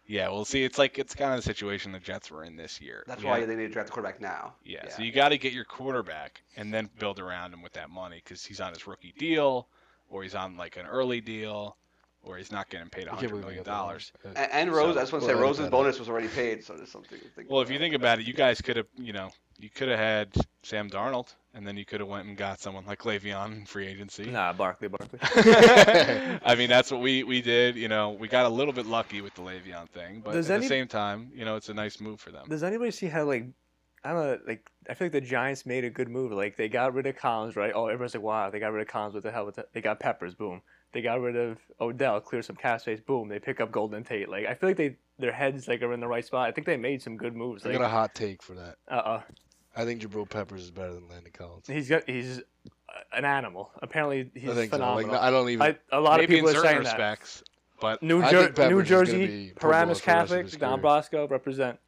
Speaker 1: Yeah, well, see, it's like it's kind of the situation the Jets were in this year.
Speaker 2: that's
Speaker 1: You
Speaker 2: why
Speaker 1: had-
Speaker 2: they need to draft the quarterback now.
Speaker 1: Yeah,
Speaker 2: Yeah.
Speaker 1: so you got to get your quarterback and then build around him with that money because he's on his rookie deal, or he's on like an early deal, or he's not getting paid a
Speaker 3: I can't
Speaker 1: hundred
Speaker 3: believe I
Speaker 1: million
Speaker 3: got that wrong.
Speaker 1: dollars.
Speaker 3: Uh,
Speaker 2: And, and Rose,
Speaker 1: So-
Speaker 2: I just want to
Speaker 3: Well,
Speaker 2: say
Speaker 3: that'd be
Speaker 2: Rose's
Speaker 3: better.
Speaker 2: bonus was already paid, so there's something. To think
Speaker 1: Well, if you
Speaker 2: about.
Speaker 1: think about it, you guys could have, you know, you could have had Sam Darnold, and then you could have went and got someone like Le'Veon in free agency.
Speaker 4: Nah, Barkley, Barkley.
Speaker 1: I mean, that's what we we did. You know, we got a little bit lucky with the Le'Veon thing, but
Speaker 4: Does
Speaker 1: at
Speaker 4: any-
Speaker 1: the same time, you know, it's a nice move for them.
Speaker 4: Does anybody see how like I don't know, like I feel like the Giants made a good move. Like they got rid of Collins, right? Oh, everyone's like, wow, they got rid of Collins. What the hell? With that? They got Peppers, boom. They got rid of Odell, clear some cap space, boom. They pick up Golden Tate. Like I feel like they their heads like are in the right spot. I think they made some good moves.
Speaker 3: I
Speaker 4: Like,
Speaker 3: got a
Speaker 4: uh,
Speaker 3: hot take for that.
Speaker 4: uh
Speaker 3: I think Jabril Peppers is better than Landon Collins.
Speaker 4: he's got he's uh, an animal. Apparently, he's
Speaker 3: I think so. Like,
Speaker 4: phenomenal.
Speaker 3: I don't even.
Speaker 4: I, a lot
Speaker 1: Maybe
Speaker 4: of people
Speaker 1: in
Speaker 4: are
Speaker 1: certain
Speaker 4: saying
Speaker 1: respects, but
Speaker 4: that. New,
Speaker 3: I
Speaker 4: Jer-
Speaker 3: think Peppers
Speaker 4: New
Speaker 3: is gonna
Speaker 4: Jersey,
Speaker 3: be Pro Bowler
Speaker 4: Paramus
Speaker 3: for the rest of
Speaker 4: Catholic,
Speaker 3: his
Speaker 4: Don
Speaker 3: career.
Speaker 4: Bosco represent.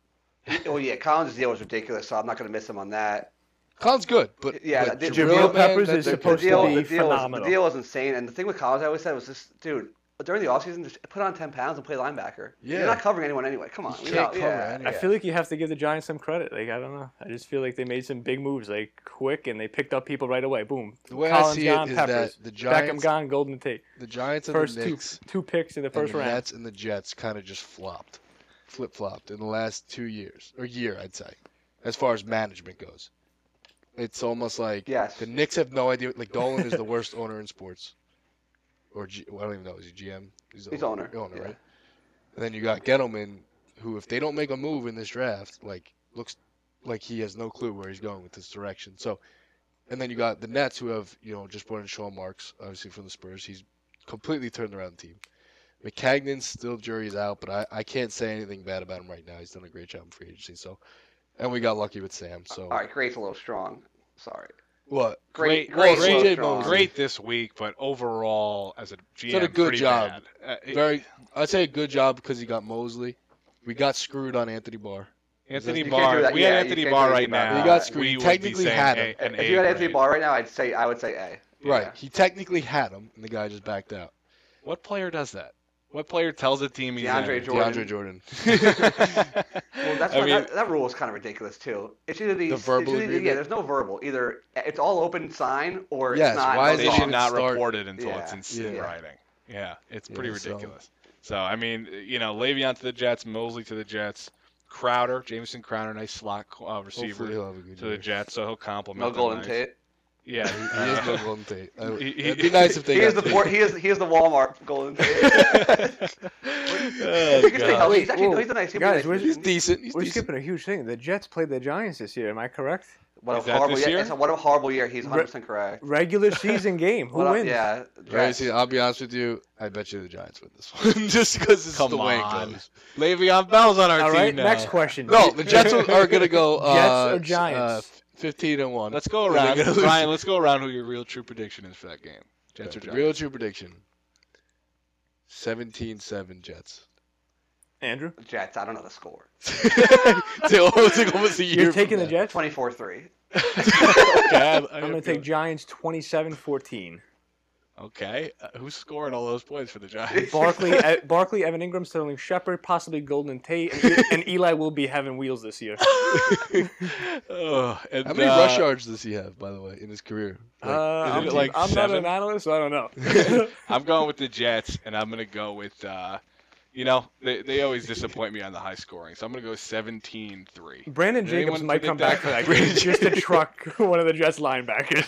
Speaker 2: Oh yeah, Collins' deal was ridiculous, so I'm not going to miss him on that.
Speaker 3: Collins good, but
Speaker 2: Yeah,
Speaker 3: but
Speaker 2: the-
Speaker 4: Jabril
Speaker 3: man,
Speaker 4: Peppers
Speaker 3: that-
Speaker 4: is
Speaker 3: that
Speaker 4: supposed
Speaker 3: kid-
Speaker 4: to
Speaker 2: deal,
Speaker 4: be
Speaker 2: the deal was,
Speaker 4: phenomenal.
Speaker 2: the deal was insane. And the thing with Collins, I always said was just, dude, during the offseason, just put on 10 pounds and play linebacker.
Speaker 3: Yeah.
Speaker 2: You're not covering anyone anyway. Come on.
Speaker 3: You
Speaker 2: we
Speaker 3: can't
Speaker 2: know-
Speaker 3: cover
Speaker 2: yeah.
Speaker 3: anyone.
Speaker 4: I feel like you have to give the Giants some credit. Like I don't know, I just feel like they made some big moves, like quick, and they picked up people right away. Boom.
Speaker 3: The way I
Speaker 4: Collins
Speaker 3: see
Speaker 4: gone,
Speaker 3: it is
Speaker 4: Peppers.
Speaker 3: that the
Speaker 4: Beckham
Speaker 3: Giants,
Speaker 4: gone, Golden Tate.
Speaker 3: the Giants, and
Speaker 4: First
Speaker 3: the
Speaker 4: two
Speaker 3: Knicks,
Speaker 4: two picks in the first
Speaker 3: and the
Speaker 4: round.
Speaker 3: Nets, and the Jets kind of just flopped, flip flopped in the last two years or year, I'd say, as far as management goes. It's almost like
Speaker 2: Yes.
Speaker 3: the Knicks have no idea. Like Dolan is the worst owner in sports, or G, well, I don't even know. Is he GM? the
Speaker 2: He's owner,
Speaker 3: Owner,
Speaker 2: yeah.
Speaker 3: right? And then you got Gettleman, who if they don't make a move in this draft, like looks like he has no clue where he's going with this direction. So, and then you got the Nets, who have you know just brought in Sean Marks, obviously from the Spurs. He's completely turned around the team. McCagnon's still jury's out, but I, I can't say anything bad about him right now. He's done a great job in free agency. So, and we got lucky with Sam. So,
Speaker 2: All right, Gray's a little strong. Sorry.
Speaker 3: what?
Speaker 1: great, great,
Speaker 2: Great, great,
Speaker 1: great,
Speaker 3: Well, CJ
Speaker 2: strong.
Speaker 1: great this week, but overall as a GM,
Speaker 3: a good
Speaker 1: pretty
Speaker 3: job.
Speaker 1: bad. Uh, it-
Speaker 3: Very, I'd say a good job because he got Mosley. We got screwed on Anthony Barr.
Speaker 1: Anthony
Speaker 3: You
Speaker 2: can't do
Speaker 1: Barr.
Speaker 2: that.
Speaker 1: We
Speaker 2: Yeah,
Speaker 1: had
Speaker 2: you
Speaker 1: Anthony
Speaker 2: can't
Speaker 1: Barr
Speaker 2: do
Speaker 1: right
Speaker 2: that.
Speaker 1: now.
Speaker 2: You got
Speaker 3: screwed.
Speaker 1: We
Speaker 3: You
Speaker 1: would
Speaker 3: technically
Speaker 1: be saying
Speaker 3: had
Speaker 1: a-
Speaker 3: him.
Speaker 1: an
Speaker 2: if
Speaker 1: A
Speaker 2: you had Anthony
Speaker 1: grade.
Speaker 2: Barr right now, I'd say I would say A.
Speaker 3: Right.
Speaker 2: Yeah.
Speaker 3: He technically had him, and the guy just backed out.
Speaker 1: What player does that? What player tells a team he's
Speaker 2: DeAndre
Speaker 1: in?
Speaker 2: Jordan.
Speaker 3: DeAndre Jordan.
Speaker 2: Well, that's
Speaker 1: I
Speaker 2: why
Speaker 1: mean,
Speaker 2: that, that rule is kind of ridiculous too. It's either these,
Speaker 3: The verbal
Speaker 2: it's either, yeah,
Speaker 3: agreement?
Speaker 2: there's no verbal. Either it's all open sign or
Speaker 3: Yes,
Speaker 2: it's not.
Speaker 3: why
Speaker 2: no
Speaker 3: is
Speaker 1: they
Speaker 3: it
Speaker 2: law.
Speaker 1: should
Speaker 3: even
Speaker 1: not
Speaker 3: start.
Speaker 1: report it until it's
Speaker 2: Yeah,
Speaker 1: in, in
Speaker 3: yeah.
Speaker 1: writing. Yeah, it's pretty
Speaker 3: Yeah, so-
Speaker 1: ridiculous. So I mean, you know, Le'Veon to the Jets, Mosley to the Jets, Crowder, Jameson Crowder, nice slot uh,
Speaker 3: Hopefully
Speaker 1: receiver
Speaker 3: he'll have a good
Speaker 1: to the
Speaker 3: year.
Speaker 1: Jets, so he'll compliment.
Speaker 2: No
Speaker 1: them
Speaker 2: Golden
Speaker 1: nice.
Speaker 2: Tate.
Speaker 1: Yeah,
Speaker 3: He, he is no Golden Tate. I-
Speaker 1: He- he-
Speaker 3: It'd be nice if they
Speaker 2: He
Speaker 3: got
Speaker 2: is the
Speaker 3: Tate.
Speaker 2: port, he is he is the Walmart Golden Tate.
Speaker 1: Oh,
Speaker 2: He can stay
Speaker 1: God.
Speaker 2: healthy. He's actually
Speaker 4: whoa.
Speaker 2: no, he's a nice. He'll be
Speaker 4: Guys,
Speaker 2: nice.
Speaker 4: where's-
Speaker 3: He's decent. He's
Speaker 4: We're
Speaker 3: decent.
Speaker 4: skipping a huge thing. The Jets played the Giants this year. Am I correct?
Speaker 2: What a
Speaker 1: Is that
Speaker 2: horrible
Speaker 1: this
Speaker 2: year!
Speaker 1: year?
Speaker 2: It's a, what a horrible year. He's 100 percent correct.
Speaker 4: Regular season game. Who
Speaker 2: What a-
Speaker 4: wins?
Speaker 2: Yeah,
Speaker 3: Right,
Speaker 2: Jets.
Speaker 3: see, I'll be honest with you. I bet you the Giants win this one, just because it's
Speaker 1: Come
Speaker 3: the way
Speaker 1: on.
Speaker 3: it goes.
Speaker 1: Le'Veon Bell's on our
Speaker 4: All
Speaker 1: team
Speaker 4: right.
Speaker 1: now.
Speaker 4: Next question.
Speaker 3: No, the Jets are are gonna go.
Speaker 4: Jets
Speaker 3: Uh,
Speaker 4: or Giants?
Speaker 3: uh, Fifteen and one.
Speaker 1: Let's go
Speaker 3: Are they
Speaker 1: around,
Speaker 3: gonna lose?
Speaker 1: Ryan. Let's go around who your real true prediction is for that game. Jets or
Speaker 3: Okay,
Speaker 1: Giants?
Speaker 3: Real true prediction. 17-7 Jets.
Speaker 4: Andrew,
Speaker 2: Jets. I don't know the score.
Speaker 3: It's almost, like almost a year.
Speaker 4: you're
Speaker 3: from
Speaker 4: taking the
Speaker 3: now.
Speaker 4: Jets.
Speaker 2: 24-3.
Speaker 1: God, I
Speaker 4: I'm gonna
Speaker 1: am
Speaker 4: take
Speaker 1: good.
Speaker 4: Giants 27-14.
Speaker 1: Okay, uh, who's scoring all those points for the Giants?
Speaker 4: Barkley, E- Barkley, Evan Ingram, Sterling Shepard, possibly Golden Tate, and, E, and Eli will be having wheels this year.
Speaker 1: oh, and,
Speaker 3: How many
Speaker 1: uh,
Speaker 3: rush yards does he have, by the way, in his career?
Speaker 4: Uh,
Speaker 3: Like,
Speaker 1: is
Speaker 4: I'm,
Speaker 1: it like
Speaker 4: I'm not
Speaker 1: seven?
Speaker 4: an analyst, so I don't know.
Speaker 1: I'm going with the Jets, and I'm going to go with, uh, you know, they, they always disappoint me on the high scoring, so I'm going to go 17 3.
Speaker 4: Brandon
Speaker 1: Did
Speaker 4: Jacobs
Speaker 1: anyone
Speaker 4: might
Speaker 1: put it
Speaker 4: come back
Speaker 1: down?
Speaker 4: for that game just to truck one of the Jets linebackers.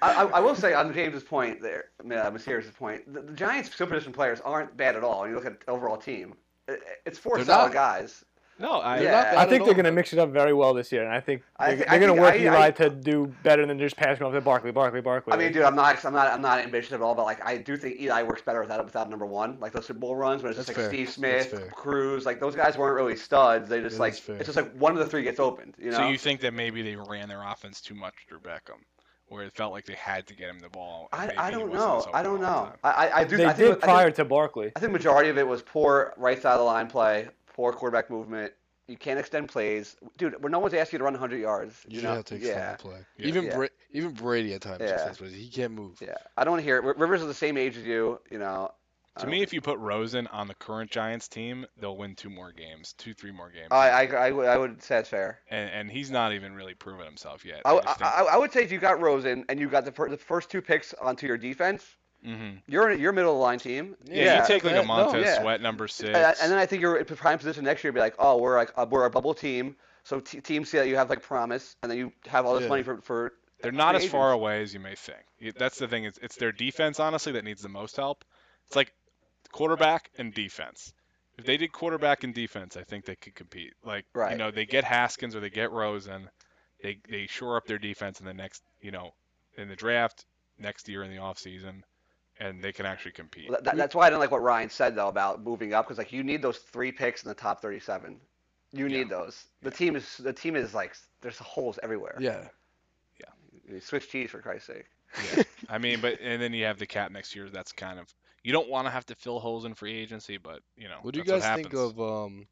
Speaker 2: I, I, I will say on James's point there, uh, Mysterious's point, the, the Giants' skill position players aren't bad at all. When you look at the overall team, It- it's 4
Speaker 3: They're
Speaker 2: solid
Speaker 3: not.
Speaker 2: guys.
Speaker 1: No, I,
Speaker 2: Yeah.
Speaker 3: bad
Speaker 4: I
Speaker 3: at
Speaker 4: think they're
Speaker 3: all.
Speaker 4: going to mix it up very well this year, and I think
Speaker 2: I
Speaker 4: they're,
Speaker 2: thi-
Speaker 4: they're
Speaker 2: I
Speaker 4: going to
Speaker 2: think-
Speaker 4: work
Speaker 2: I-
Speaker 4: Eli
Speaker 2: I-
Speaker 4: to do better than just passing off to Barkley, Barkley, Barkley.
Speaker 2: I mean, dude, I'm not, I'm not, I'm not ambitious at all, but like, I do think Eli works better without without number one, like those Super Bowl runs when it's just
Speaker 3: That's
Speaker 2: like Steve
Speaker 3: fair. That's
Speaker 2: Smith,
Speaker 3: fair.
Speaker 2: Cruz, like those guys weren't really studs. They just
Speaker 3: Yeah,
Speaker 2: like,
Speaker 3: that's fair.
Speaker 2: it's just like one of the three gets opened, you know.
Speaker 1: So you think that maybe they ran their offense too much through Beckham, where it felt like they had to get him the ball? and
Speaker 2: I,
Speaker 1: maybe
Speaker 2: I
Speaker 1: he
Speaker 2: don't
Speaker 1: wasn't
Speaker 2: know.
Speaker 1: so
Speaker 2: I don't
Speaker 1: good all the
Speaker 2: know.
Speaker 1: time?
Speaker 2: I, I, I do.
Speaker 4: they
Speaker 2: I
Speaker 4: did
Speaker 2: think, I
Speaker 4: prior
Speaker 2: think,
Speaker 4: to Barkley.
Speaker 2: I think majority of it was poor right side of the line play, poor quarterback movement, You can't extend plays, dude. Where no one's asking you to run 100 yards.
Speaker 3: You
Speaker 2: You
Speaker 3: don't
Speaker 2: know?
Speaker 3: have to extend
Speaker 2: yeah,
Speaker 3: the play.
Speaker 1: Yeah.
Speaker 3: Even
Speaker 2: Yeah.
Speaker 3: Bra- even Brady at times
Speaker 2: Yeah.
Speaker 3: extends plays. He can't move.
Speaker 2: yeah. I don't want to hear it. R- Rivers is the same age as you. You know. I
Speaker 1: To
Speaker 2: don't-
Speaker 1: me, if you put Rosen on the current Giants team, they'll win two more games, two, three more games.
Speaker 2: I, I, I, would- I would say it's fair.
Speaker 1: and, and he's not even really proven himself yet.
Speaker 2: I, I, I would say if you got Rosen and you got the, fir- the first two picks onto your defense,
Speaker 1: hmm
Speaker 2: you're you're middle of the line team.
Speaker 1: Yeah,
Speaker 2: Yeah,
Speaker 1: you take like
Speaker 3: yeah,
Speaker 1: a month
Speaker 2: no,
Speaker 1: of
Speaker 2: yeah.
Speaker 1: sweat number six.
Speaker 2: And, and then I think you're in prime position next year to be like, oh, we're like uh, we're a bubble team, so t- teams see that you have like promise, and then you have all this
Speaker 3: Yeah.
Speaker 2: money for for.
Speaker 1: They're not
Speaker 2: free
Speaker 1: as far away as you may think. It- That's the thing. It's, it's their defense, honestly, that needs the most help. It's like quarterback and defense. If they did quarterback and defense, I think they could compete. Like, you
Speaker 2: Right.
Speaker 1: know, they get Haskins or they get Rosen. They, they shore up their defense in the next, you know, in the draft, next year in the offseason, and they can actually compete.
Speaker 2: That, that- that's why I didn't like what Ryan said though about moving up because like you need those three picks in the top 37. You need those. The team is the team is like there's holes everywhere.
Speaker 3: Yeah.
Speaker 2: Switch cheese for Christ's sake.
Speaker 1: I mean, but and then you have the cap next year. That's kind of you don't want to have to fill holes in free agency, but you know
Speaker 3: What do you
Speaker 1: that's
Speaker 3: guys
Speaker 1: what
Speaker 3: think
Speaker 1: happens.
Speaker 3: of? Um,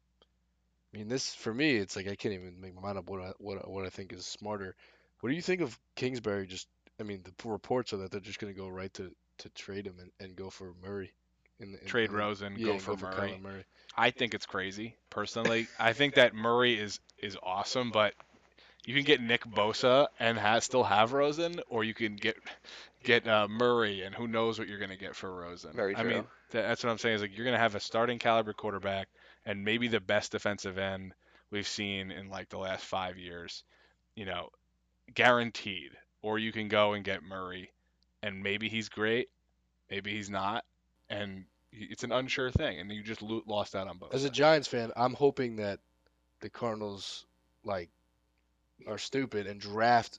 Speaker 3: I mean, this for me, it's like I can't even make my mind up what I, what I- what I think is smarter. What do you think of Kingsbury? Just, I mean, the p- reports are that they're just going to go right to to trade him and, and go for Murray. In the, in,
Speaker 1: trade
Speaker 3: in the-
Speaker 1: Rosen,
Speaker 3: uh, yeah,
Speaker 1: go
Speaker 3: and
Speaker 1: for Murray?
Speaker 3: Kyler Murray.
Speaker 1: I think it's crazy personally. I think that Murray is is awesome, but you can get Nick Bosa and ha- still have Rosen, or you can get get uh, Murray, and who knows what you're going to get for Rosen.
Speaker 2: Very
Speaker 1: I mean,
Speaker 2: true.
Speaker 1: tha- that's what I'm saying is like you're going to have a starting caliber quarterback and maybe the best defensive end we've seen in like the last five years, you know, guaranteed. Or you can go and get Murray, and maybe he's great, maybe he's not, and y- it's an unsure thing, and you just lo- lost out on both.
Speaker 3: As a Giants fan, I'm hoping that the Cardinals like are stupid and draft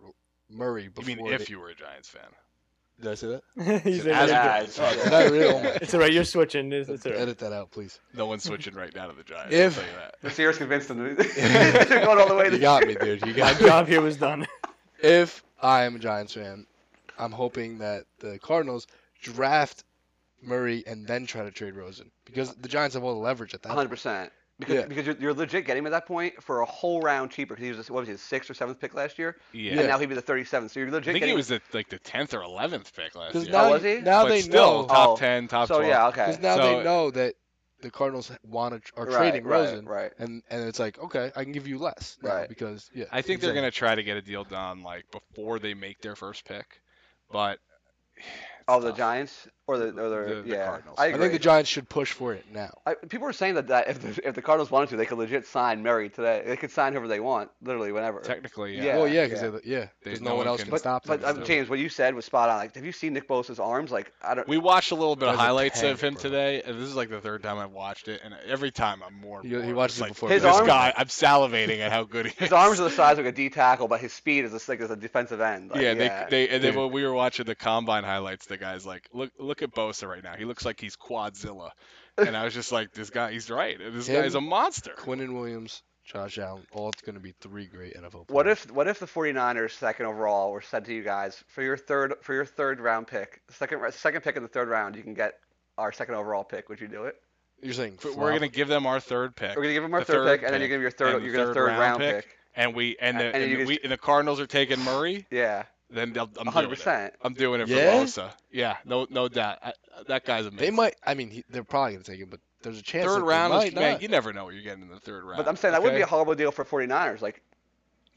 Speaker 3: R- Murray
Speaker 1: you
Speaker 3: before.
Speaker 1: mean if
Speaker 3: they-
Speaker 1: you were a Giants fan?
Speaker 3: Did I say that?
Speaker 4: He's
Speaker 1: So
Speaker 4: like,
Speaker 1: as-
Speaker 4: "Yeah,
Speaker 2: Yeah, it's-
Speaker 3: Oh,
Speaker 2: yeah.
Speaker 3: not really. Oh my
Speaker 4: it's all right. You're switching. It's, it's all right.
Speaker 3: Edit that out, please.
Speaker 1: No one's switching right now to the Giants.
Speaker 3: If-
Speaker 1: I'll tell you that.
Speaker 2: The Sears convinced them to they're going all the way.
Speaker 3: You
Speaker 2: to-
Speaker 3: got me, dude. You
Speaker 4: My
Speaker 3: got me.
Speaker 4: job here was done.
Speaker 3: if I am a Giants fan, I'm hoping that the Cardinals draft Murray and then try to trade Rosen because the Giants have all the leverage at that. point.
Speaker 2: 100. percent Because
Speaker 3: Yeah.
Speaker 2: because you're, you're legit getting him at that point for a whole round cheaper because he was what was he the sixth or seventh pick last year
Speaker 1: Yeah.
Speaker 2: and now he'd be the 37th. So you're legit
Speaker 1: I think
Speaker 2: getting.
Speaker 1: he was the, like the tenth or eleventh pick last year.
Speaker 3: Because now,
Speaker 2: Oh, was he?
Speaker 3: now
Speaker 1: But
Speaker 3: they
Speaker 1: still,
Speaker 3: know.
Speaker 1: top
Speaker 2: Oh,
Speaker 1: ten, top
Speaker 2: so
Speaker 1: twelve.
Speaker 2: yeah,
Speaker 3: 'cause
Speaker 2: okay.
Speaker 3: now
Speaker 1: So-
Speaker 3: they know that the Cardinals want to are
Speaker 2: Right,
Speaker 3: trading
Speaker 2: right,
Speaker 3: Rosen,
Speaker 2: right.
Speaker 3: and and it's like okay, I can give you less now
Speaker 2: Right.
Speaker 3: because yeah.
Speaker 1: I think they're gonna try to get a deal done like before they make their first pick, but
Speaker 2: Oh, the
Speaker 1: tough.
Speaker 2: Giants or the or
Speaker 1: The-
Speaker 2: the,
Speaker 1: the
Speaker 2: yeah.
Speaker 1: Cardinals.
Speaker 2: I
Speaker 1: I
Speaker 3: I
Speaker 2: agree.
Speaker 3: think the Giants should push for it now.
Speaker 2: I, people were saying that, that if, the, if the Cardinals wanted to, they could legit sign Murray today. They could sign whoever they want, literally whenever.
Speaker 1: technically, yeah,
Speaker 2: Yeah.
Speaker 3: well, yeah, because
Speaker 2: yeah.
Speaker 3: yeah, because no,
Speaker 1: no
Speaker 3: one
Speaker 1: one
Speaker 3: else
Speaker 1: can-
Speaker 3: can
Speaker 2: but
Speaker 3: stop them.
Speaker 2: but um,
Speaker 1: so-
Speaker 2: James, what you said was spot on. Like, have you seen Nick Bosa's arms? Like, I don't.
Speaker 1: We watched a little bit of
Speaker 3: Guy's a
Speaker 1: highlights
Speaker 3: tank,
Speaker 1: of him
Speaker 3: bro.
Speaker 1: today, and this is like the third time I've watched it, and every time I'm more.
Speaker 3: He- he
Speaker 1: bored.
Speaker 3: watches
Speaker 1: It's
Speaker 3: it
Speaker 1: like,
Speaker 3: before
Speaker 1: This
Speaker 2: bed. His
Speaker 1: guy, I'm salivating at how good he is.
Speaker 2: his arms are the size of like a D tackle, but his speed is just like as a defensive end. Like,
Speaker 1: yeah, they, they and then
Speaker 3: Dude.
Speaker 1: when we were watching the combine highlights, the guy's like, "Look, look at Bosa right now. He looks like he's Quadzilla," and I was just like, "This guy, he's right. This
Speaker 3: Him-
Speaker 1: guy's a monster."
Speaker 3: Quinnen Williams, Josh Allen, all it's gonna be three great NFL.
Speaker 2: What
Speaker 3: players.
Speaker 2: if what if the 49ers second overall were said to you guys for your third for your third round pick, second ra- second pick in the third round, you can get our second overall pick. Would you do it?
Speaker 3: you're saying?
Speaker 1: But we're
Speaker 3: flop?
Speaker 1: gonna give them our third pick,
Speaker 2: We're gonna give him our
Speaker 1: The
Speaker 2: third,
Speaker 1: third
Speaker 2: pick, and then
Speaker 1: pick,
Speaker 2: you're gonna give your third
Speaker 1: and the
Speaker 2: you're gonna
Speaker 1: third
Speaker 2: third
Speaker 1: round
Speaker 2: round,
Speaker 1: pick.
Speaker 2: pick.
Speaker 1: and we and the
Speaker 2: And you
Speaker 1: and,
Speaker 2: can
Speaker 1: we, and the Cardinals are taking Murray.
Speaker 2: Yeah,
Speaker 1: Then they'll, I'm doing
Speaker 2: 100.
Speaker 1: it.
Speaker 2: percent
Speaker 1: I'm doing it
Speaker 3: Yeah?
Speaker 1: for Bosa. Yeah, no, no doubt. I, that guy's amazing.
Speaker 3: They might. I mean, he, they're probably gonna take him, but there's a chance. that
Speaker 1: third
Speaker 3: they
Speaker 1: round
Speaker 3: might
Speaker 1: is man,
Speaker 3: not.
Speaker 1: you never know what you're getting in the third round.
Speaker 2: But I'm saying that would be
Speaker 1: okay?
Speaker 2: a horrible deal for 49ers. Like,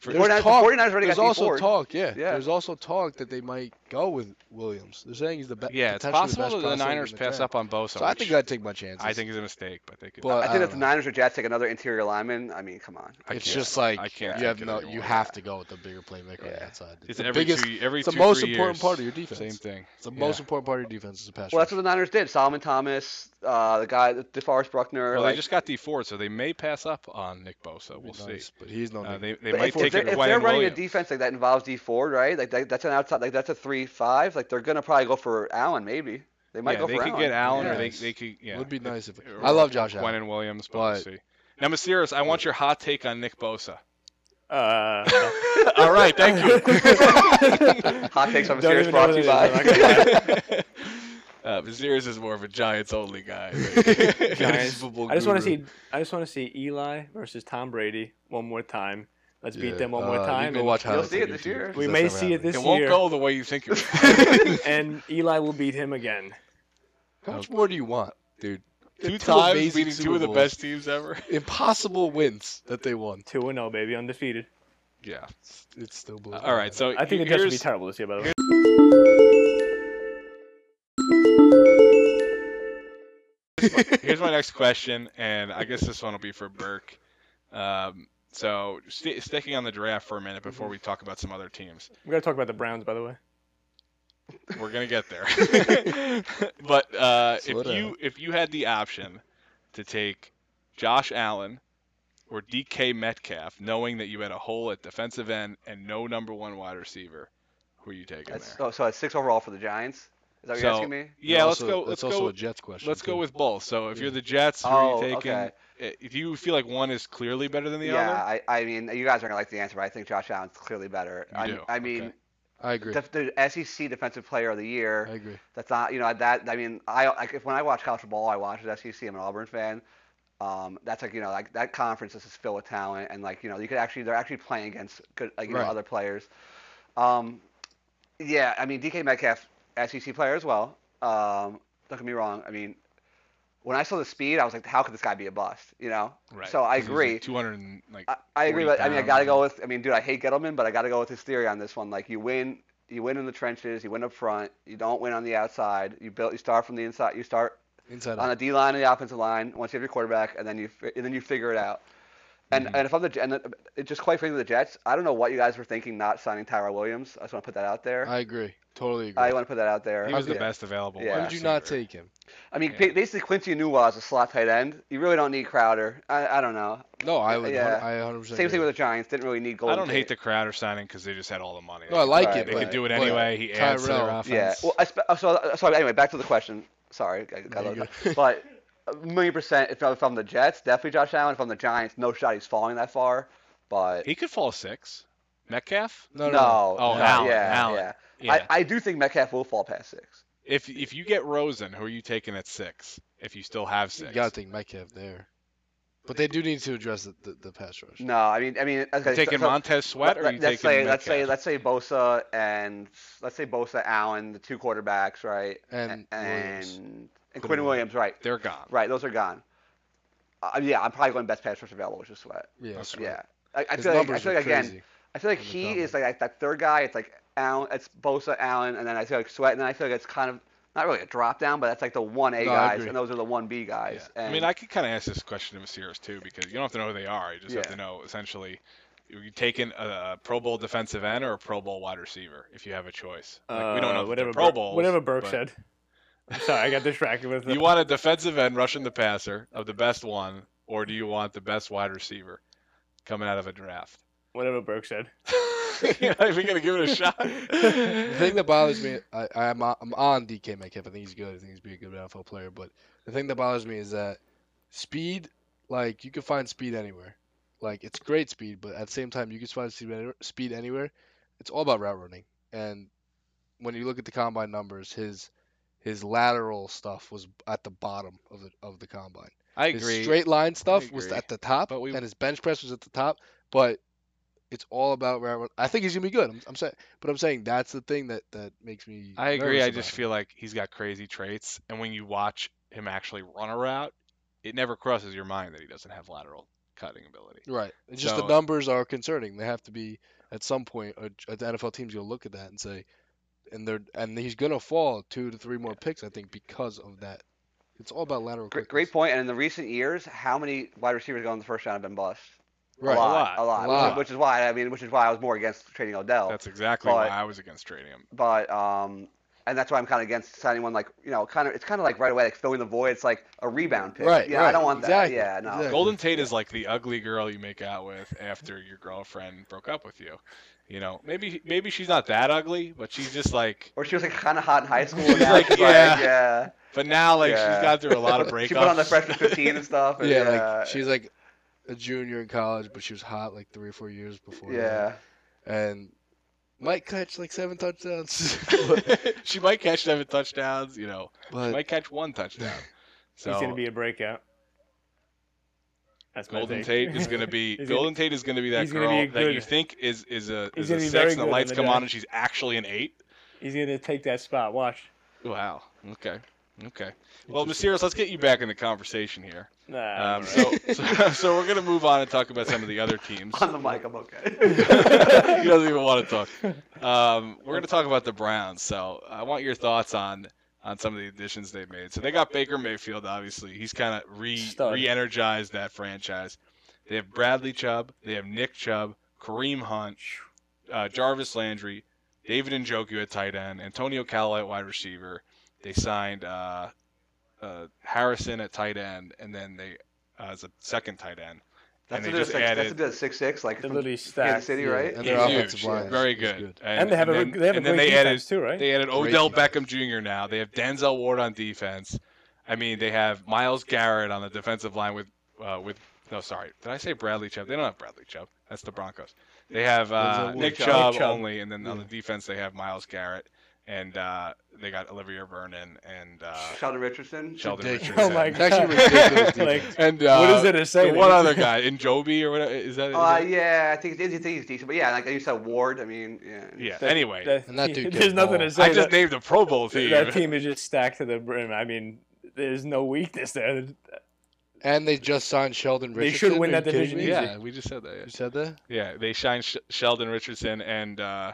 Speaker 1: For-
Speaker 2: 49ers, the
Speaker 3: talk.
Speaker 2: 49ers already
Speaker 3: There's
Speaker 2: got
Speaker 3: also
Speaker 2: D4.
Speaker 3: talk, yeah.
Speaker 2: Yeah.
Speaker 3: There's also talk that they might go with Williams. They're saying he's the best.
Speaker 1: yeah, it's possible that the Niners pass up on Bosa.
Speaker 3: So I think
Speaker 1: which
Speaker 3: I'd take my chances.
Speaker 1: I think is a mistake, but they could.
Speaker 3: But
Speaker 2: I
Speaker 3: I
Speaker 2: think
Speaker 3: don't
Speaker 2: that the
Speaker 3: know.
Speaker 2: Niners or Jets take another interior lineman. I mean, come on.
Speaker 1: I
Speaker 3: it's
Speaker 1: can't-
Speaker 3: just like
Speaker 1: I can't
Speaker 3: you have
Speaker 1: take it
Speaker 3: no.
Speaker 1: anymore.
Speaker 3: You have to go with the bigger playmaker on the
Speaker 2: Yeah.
Speaker 3: outside.
Speaker 1: It's
Speaker 3: the
Speaker 1: every
Speaker 3: biggest.
Speaker 1: two, every
Speaker 3: it's the
Speaker 1: two,
Speaker 3: most
Speaker 1: three
Speaker 3: important
Speaker 1: years.
Speaker 3: part of your defense.
Speaker 1: Same thing.
Speaker 3: It's the
Speaker 1: Yeah.
Speaker 3: most important part of your defense is the pass.
Speaker 2: Well, that's
Speaker 3: rush.
Speaker 2: what the Niners did. Solomon Thomas, uh, the guy, DeForest Bruckner.
Speaker 1: Well,
Speaker 2: like,
Speaker 1: they just got D Ford, so they may pass up on Nick Bosa. We'll
Speaker 3: It'd be nice,
Speaker 1: see.
Speaker 3: But he's no.
Speaker 1: Uh,
Speaker 3: nigga.
Speaker 1: they they
Speaker 2: but
Speaker 1: might
Speaker 2: if,
Speaker 1: take
Speaker 2: they're,
Speaker 1: it
Speaker 2: if
Speaker 1: away.
Speaker 2: they're running a defense like that involves D Ford, right? Like that, that's an outside, like that's a three-five. Like they're gonna probably go for Allen, maybe. They might
Speaker 1: yeah,
Speaker 2: go
Speaker 1: they
Speaker 2: for
Speaker 1: could
Speaker 2: Allen.
Speaker 1: get Allen, or they,
Speaker 3: Yes.
Speaker 1: they could. Yeah,
Speaker 3: Would be nice if.
Speaker 1: or-
Speaker 3: I love Josh
Speaker 1: Quinn
Speaker 3: Allen.
Speaker 1: and Williams, but,
Speaker 3: but-
Speaker 1: we'll see. Now, Masiris, I want your hot take on Nick Bosa.
Speaker 4: Uh,
Speaker 1: All right, thank you.
Speaker 2: Hot takes on
Speaker 4: Don't
Speaker 2: serious
Speaker 4: even know
Speaker 2: brought to you
Speaker 4: what it is,
Speaker 2: by.
Speaker 4: I'm not gonna lie.
Speaker 1: Uh, but Zeros is more of a Giants only guy.
Speaker 4: Giants.
Speaker 1: Football
Speaker 4: I just want to
Speaker 1: guru.
Speaker 4: see. I just want to see Eli versus Tom Brady one more time. Let's beat
Speaker 3: Yeah,
Speaker 4: them one more
Speaker 3: uh, you
Speaker 4: time.
Speaker 3: Go
Speaker 4: and-
Speaker 3: watch
Speaker 2: You'll
Speaker 3: highlights
Speaker 2: see
Speaker 3: on
Speaker 2: it this
Speaker 3: YouTube,
Speaker 2: year.
Speaker 3: 'cause
Speaker 4: We
Speaker 3: that's
Speaker 4: may
Speaker 3: never
Speaker 4: see it
Speaker 3: happened.
Speaker 4: this
Speaker 1: It won't
Speaker 4: year.
Speaker 1: go the way you think it will.
Speaker 4: and Eli will beat him again.
Speaker 3: How much more do you want, dude?
Speaker 1: two
Speaker 3: Two
Speaker 1: times
Speaker 3: amazing
Speaker 1: beating two
Speaker 3: Super
Speaker 1: of the
Speaker 3: Bowls.
Speaker 1: best teams ever.
Speaker 3: Impossible wins that they won.
Speaker 4: Two and zero, baby, undefeated.
Speaker 1: Yeah.
Speaker 3: It's, it's still blows.
Speaker 1: Uh, All
Speaker 3: my
Speaker 1: right.
Speaker 3: mind.
Speaker 1: So
Speaker 4: I think the Jets would be
Speaker 1: here's,
Speaker 4: terrible this year, by the way.
Speaker 1: here's my next question, and I guess this one will be for Burke. Um, so st- sticking on the draft for a minute before
Speaker 4: Mm-hmm.
Speaker 1: we talk about some other teams.
Speaker 4: We gotta talk about the Browns, by the way.
Speaker 1: We're gonna get there. but uh, if
Speaker 3: Slow down.
Speaker 1: you if you had the option to take Josh Allen or DK Metcalf, knowing that you had a hole at defensive end and no number one wide receiver, who are you taking
Speaker 2: That's, oh,
Speaker 1: there?
Speaker 2: so, so it's six overall for the Giants. Is that what you're
Speaker 1: So-
Speaker 2: asking me?
Speaker 1: Yeah, let's
Speaker 3: Also-
Speaker 1: go.
Speaker 3: That's
Speaker 1: Let's
Speaker 3: also
Speaker 1: go.
Speaker 3: a Jets question.
Speaker 1: Let's go
Speaker 3: too.
Speaker 1: with both. So if
Speaker 3: Yeah.
Speaker 1: you're the Jets, who
Speaker 2: Oh,
Speaker 1: are you taking?
Speaker 2: okay.
Speaker 1: Uh, Do you feel like one is clearly better than the
Speaker 2: yeah,
Speaker 1: other?
Speaker 2: I, I mean, you guys aren't gonna like the answer, but I think Josh Allen's clearly better.
Speaker 1: You
Speaker 2: I,
Speaker 1: do,
Speaker 2: I mean,
Speaker 3: I agree.
Speaker 2: def- the SEC Defensive Player of the Year.
Speaker 3: I agree.
Speaker 2: That's not, you know, that I mean, I like if when I watch college football, I watch the SEC. I'm an Auburn fan. Um, that's like you know, like that conference is just filled with talent, and like you know, you could actually they're actually playing against good, like you
Speaker 3: Right.
Speaker 2: know, other players. Um, yeah, I mean, DK Metcalf, SEC player as well. Um, don't get me wrong. I mean, when I saw the speed, I was like, how could this guy be a bust? You know? So
Speaker 1: 'cause
Speaker 2: I
Speaker 1: he's, like,
Speaker 2: agree.
Speaker 1: 200 and, like
Speaker 2: I, I agree,
Speaker 1: 40
Speaker 2: but I mean, I
Speaker 1: pounds
Speaker 2: gotta
Speaker 1: and-
Speaker 2: go with. I mean, dude, I hate Gettleman, but I gotta go with his theory on this one. Like, you win, you win in the trenches, you win up front, you don't win on the outside. You build, you start from the inside, you start
Speaker 3: Inside
Speaker 2: on
Speaker 3: out.
Speaker 2: the D line and the offensive line. Once you have your quarterback, and then you fi- and then you figure it out. And
Speaker 1: Mhm.
Speaker 2: and if I'm the and the- it just quite frankly, the Jets, I don't know what you guys were thinking not signing Tyrell Williams. I just want to put that out there.
Speaker 3: I agree. Totally agree.
Speaker 2: I, want to put that out there.
Speaker 1: he was the
Speaker 2: Yeah.
Speaker 1: best available.
Speaker 2: Yeah.
Speaker 1: wide
Speaker 3: Why would you not
Speaker 1: receiver.
Speaker 3: take him?
Speaker 2: I mean,
Speaker 1: Yeah.
Speaker 2: basically Quincy Anua is a slot tight end. You really don't need Crowder. I, I don't know.
Speaker 3: No, I would.
Speaker 2: Yeah.
Speaker 3: I 100.
Speaker 2: Same thing with the Giants. Didn't really need Golden.
Speaker 1: I don't hate
Speaker 2: Tate.
Speaker 1: the Crowder signing because they just had all the money.
Speaker 3: No, I like
Speaker 2: Right,
Speaker 3: it.
Speaker 1: They
Speaker 2: but-
Speaker 1: could do it
Speaker 3: but
Speaker 1: anyway. He adds to their uh,
Speaker 3: Tyrell.
Speaker 2: Yeah.
Speaker 1: offense.
Speaker 2: Well, I spe- so so anyway, back to the question. Sorry, I got
Speaker 3: No,
Speaker 2: a
Speaker 3: you're
Speaker 2: little- but a million percent. If I'm from the Jets, definitely Josh Allen. If I'm the Giants, no shot he's falling that far. But
Speaker 1: he could fall six. Metcalf?
Speaker 3: No, no. no.
Speaker 2: no,
Speaker 1: Oh,
Speaker 2: no,
Speaker 1: Allen,
Speaker 2: yeah,
Speaker 1: Allen.
Speaker 2: yeah.
Speaker 1: Yeah.
Speaker 2: I, I do think Metcalf will fall past six.
Speaker 1: if if you get Rosen, who are you taking at six? If you still have
Speaker 3: You
Speaker 1: six,
Speaker 3: gotta think Metcalf there, but they do need to address the, the, the pass rush.
Speaker 2: No, I mean, I mean, okay,
Speaker 1: you taking
Speaker 2: so, so-
Speaker 1: Montez Sweat or are you
Speaker 2: let,
Speaker 1: taking
Speaker 2: us say let's say
Speaker 1: Metcalf?
Speaker 2: let's say Bosa and let's say Bosa Allen, the two quarterbacks, right?
Speaker 3: And
Speaker 2: A-
Speaker 3: Williams.
Speaker 2: and, and
Speaker 3: Quinn
Speaker 2: Quinn Williams, right?
Speaker 1: they're gone.
Speaker 2: Right, those are gone. Uh, yeah, I'm probably going best pass rush available, which is Sweat.
Speaker 3: Yeah,
Speaker 1: That's
Speaker 3: Sweat.
Speaker 2: Yeah, I, I
Speaker 3: His
Speaker 2: feel like I
Speaker 3: numbers
Speaker 2: feel
Speaker 3: are
Speaker 2: like again,
Speaker 3: crazy.
Speaker 2: I feel like
Speaker 3: on the
Speaker 2: he
Speaker 3: top
Speaker 2: is
Speaker 3: end.
Speaker 2: like, that third guy. It's like Allen, it's Bosa, Allen, and then I feel like Sweat, and then I feel like it's kind of not really a drop down, but that's like the one A
Speaker 3: No, I
Speaker 2: guys,
Speaker 3: agree.
Speaker 2: and those are the one B guys.
Speaker 1: Yeah. I mean,
Speaker 2: and-
Speaker 1: I could kind of ask this question to Masiris too because you don't have to know who they are. You just have
Speaker 2: Yeah.
Speaker 1: to know essentially. Are you taking a Pro Bowl defensive end or a Pro Bowl wide receiver if you have a choice? Like, we don't
Speaker 4: Uh,
Speaker 1: know if
Speaker 4: whatever
Speaker 1: they're Pro
Speaker 4: Bur-
Speaker 1: Bowls.
Speaker 4: Whatever Burke
Speaker 1: but
Speaker 4: said. I'm sorry, I got distracted with.
Speaker 1: You want a defensive end rushing the passer of the best one, or do you want the best wide receiver coming out of a draft?
Speaker 4: whatever Burke said.
Speaker 1: You're not even gonna give it a shot.
Speaker 3: The thing that bothers me, I, I'm, on- I'm on DK Metcalf. I think he's good. I think he's be a good NFL player. But the thing that bothers me is that speed, like you can find speed anywhere. Like it's great speed, but at the same time, you can find speed any- speed anywhere. It's all about route running. And when you look at the combine numbers, his his lateral stuff was at the bottom of the of the combine.
Speaker 1: I
Speaker 3: His
Speaker 1: agree.
Speaker 3: straight line stuff was
Speaker 1: agree.
Speaker 3: at the top,
Speaker 1: But we-
Speaker 3: and his bench press was at the top. But it's all about round. I think he's gonna be good. I'm, I'm saying, but I'm saying that's the thing that that makes me.
Speaker 1: I agree.
Speaker 3: nervous
Speaker 1: I
Speaker 3: about
Speaker 1: just
Speaker 3: him.
Speaker 1: feel like he's got crazy traits, and when you watch him actually run a route, it never crosses your mind that he doesn't have lateral cutting ability.
Speaker 3: right. It's just
Speaker 1: So-
Speaker 3: the numbers are concerning. They have to be at some point. A, a- the NFL team's gonna look at that and say, and they're and he's gonna fall two to three more picks. I think because of that. It's all about lateral.
Speaker 2: great,
Speaker 3: quickness.
Speaker 2: great point. And in the recent years, how many wide receivers going in the first round have been bust?
Speaker 3: Right.
Speaker 2: A lot,
Speaker 1: A
Speaker 2: a
Speaker 1: lot,
Speaker 2: lot.
Speaker 3: a lot.
Speaker 2: Which, is, which is why I mean, which is why I was more against trading Odell.
Speaker 1: That's exactly why
Speaker 2: But-
Speaker 1: I was against trading him.
Speaker 2: but um, and that's why I'm kind of against signing one like you know, kind of it's kind of like right away like filling the void. It's like a rebound pick.
Speaker 3: Right,
Speaker 2: Yeah, I
Speaker 3: right,
Speaker 2: don't want
Speaker 3: exactly,
Speaker 2: that. Yeah, no.
Speaker 3: exactly.
Speaker 1: Golden Tate is like the ugly girl you make out with after your girlfriend broke up with you. You know, maybe maybe she's not that ugly, but she's just like.
Speaker 2: Or she was like kind of hot in high school.
Speaker 1: She's
Speaker 2: And now
Speaker 1: like,
Speaker 2: she's
Speaker 1: yeah.
Speaker 2: like, yeah.
Speaker 1: But now, like, she's
Speaker 2: Yeah.
Speaker 1: got through a lot of breakups.
Speaker 2: She put on the freshman 15 and stuff. and uh,
Speaker 3: Yeah, like she's like a junior in college, but she was hot like three or four years before. that.
Speaker 2: Yeah.
Speaker 3: and might catch like seven touchdowns,
Speaker 1: she might catch seven touchdowns. You know, she
Speaker 3: but
Speaker 1: might catch one touchdown. So
Speaker 4: He's going to be a breakout. That's my
Speaker 1: Golden
Speaker 4: take.
Speaker 1: Tate is going to be
Speaker 4: He's
Speaker 1: Golden Tate is going to be that
Speaker 4: he's gonna be
Speaker 1: girl
Speaker 4: a
Speaker 1: that you
Speaker 4: good-
Speaker 1: think is is a
Speaker 4: He's
Speaker 1: is a
Speaker 4: gonna be very
Speaker 1: six and the
Speaker 4: good on
Speaker 1: lights
Speaker 4: the
Speaker 1: come
Speaker 4: day.
Speaker 1: on and she's actually an eight.
Speaker 4: He's going to take that spot. Watch.
Speaker 1: Wow. Okay. Okay. Well, Mysteros, let's get you back in the conversation here.
Speaker 4: Nah,
Speaker 1: Um,
Speaker 4: I'm all
Speaker 1: so, so, so we're going to move on and talk about some of the other teams.
Speaker 2: On the mic, I'm okay.
Speaker 1: he doesn't even want to talk. Um, we're going to talk about the Browns. So I want your thoughts on on some of the additions they've made. So they got Baker Mayfield. Obviously, he's kind of re
Speaker 4: Stud.
Speaker 1: re-energized that franchise. They have Bradley Chubb. They have Nick Chubb, Kareem Hunt, uh, Jarvis Landry, David Njoku at tight end, Antonio Callaway at wide receiver. They signed uh, uh, Harrison at tight end, and then they uh, as a second tight end.
Speaker 2: That's
Speaker 1: they
Speaker 2: what it is,
Speaker 1: just
Speaker 2: six,
Speaker 1: added-
Speaker 2: that's what it is, six six like
Speaker 4: They're
Speaker 2: from
Speaker 4: literally
Speaker 2: Kansas
Speaker 4: stacked.
Speaker 2: City,
Speaker 3: Yeah,
Speaker 2: right?
Speaker 3: and
Speaker 1: He's
Speaker 3: their offensive
Speaker 1: huge.
Speaker 3: line
Speaker 1: Very
Speaker 3: is
Speaker 1: good.
Speaker 3: good.
Speaker 4: And they have a
Speaker 1: then,
Speaker 4: they have a
Speaker 1: and then
Speaker 4: great
Speaker 1: they added
Speaker 4: defense too, right?
Speaker 1: they added
Speaker 3: Great
Speaker 1: Odell Beckham
Speaker 3: defense.
Speaker 1: Jr. now. They have Denzel Ward on defense. I mean, they have Miles Garrett on the defensive line with uh, with no, sorry, did I say Bradley Chubb? They don't have Bradley Chubb. That's the Broncos. They have
Speaker 3: Denzel
Speaker 1: uh,
Speaker 3: Ward.
Speaker 1: Nick
Speaker 3: Nick
Speaker 1: Chubb,
Speaker 4: Chubb.
Speaker 1: only, and then on the defense they have Miles Garrett, and uh, they got Olivia Vernon and uh,
Speaker 2: Sheldon Richardson.
Speaker 1: Sheldon
Speaker 3: Ridiculous.
Speaker 1: Richardson.
Speaker 4: Oh my
Speaker 3: It's actually ridiculous.
Speaker 4: Like,
Speaker 3: defense.
Speaker 1: and uh,
Speaker 4: what is there to say?
Speaker 1: the
Speaker 4: that
Speaker 1: One
Speaker 4: you-
Speaker 1: other guy, in Joby or whatever is that? is
Speaker 2: Uh,
Speaker 1: that-
Speaker 2: yeah, I think it's, I think he's decent, but yeah, like you said, Ward. I mean, yeah.
Speaker 1: yeah.
Speaker 4: that-
Speaker 1: anyway,
Speaker 4: that-
Speaker 3: And that dude
Speaker 4: there's
Speaker 3: can
Speaker 4: nothing
Speaker 3: ball.
Speaker 4: to say.
Speaker 1: I just
Speaker 4: that,
Speaker 1: named a Pro Bowl team.
Speaker 4: that team is just stacked to the brim. I mean, there's no weakness there.
Speaker 3: And they just signed Sheldon
Speaker 4: They
Speaker 3: Richardson.
Speaker 4: should win
Speaker 3: Are you
Speaker 4: that
Speaker 3: kidding
Speaker 4: division
Speaker 3: me?
Speaker 4: easy.
Speaker 1: Yeah, we just said that. Yeah.
Speaker 3: You said that?
Speaker 1: Yeah, they shine Sh- Sheldon Richardson, and uh,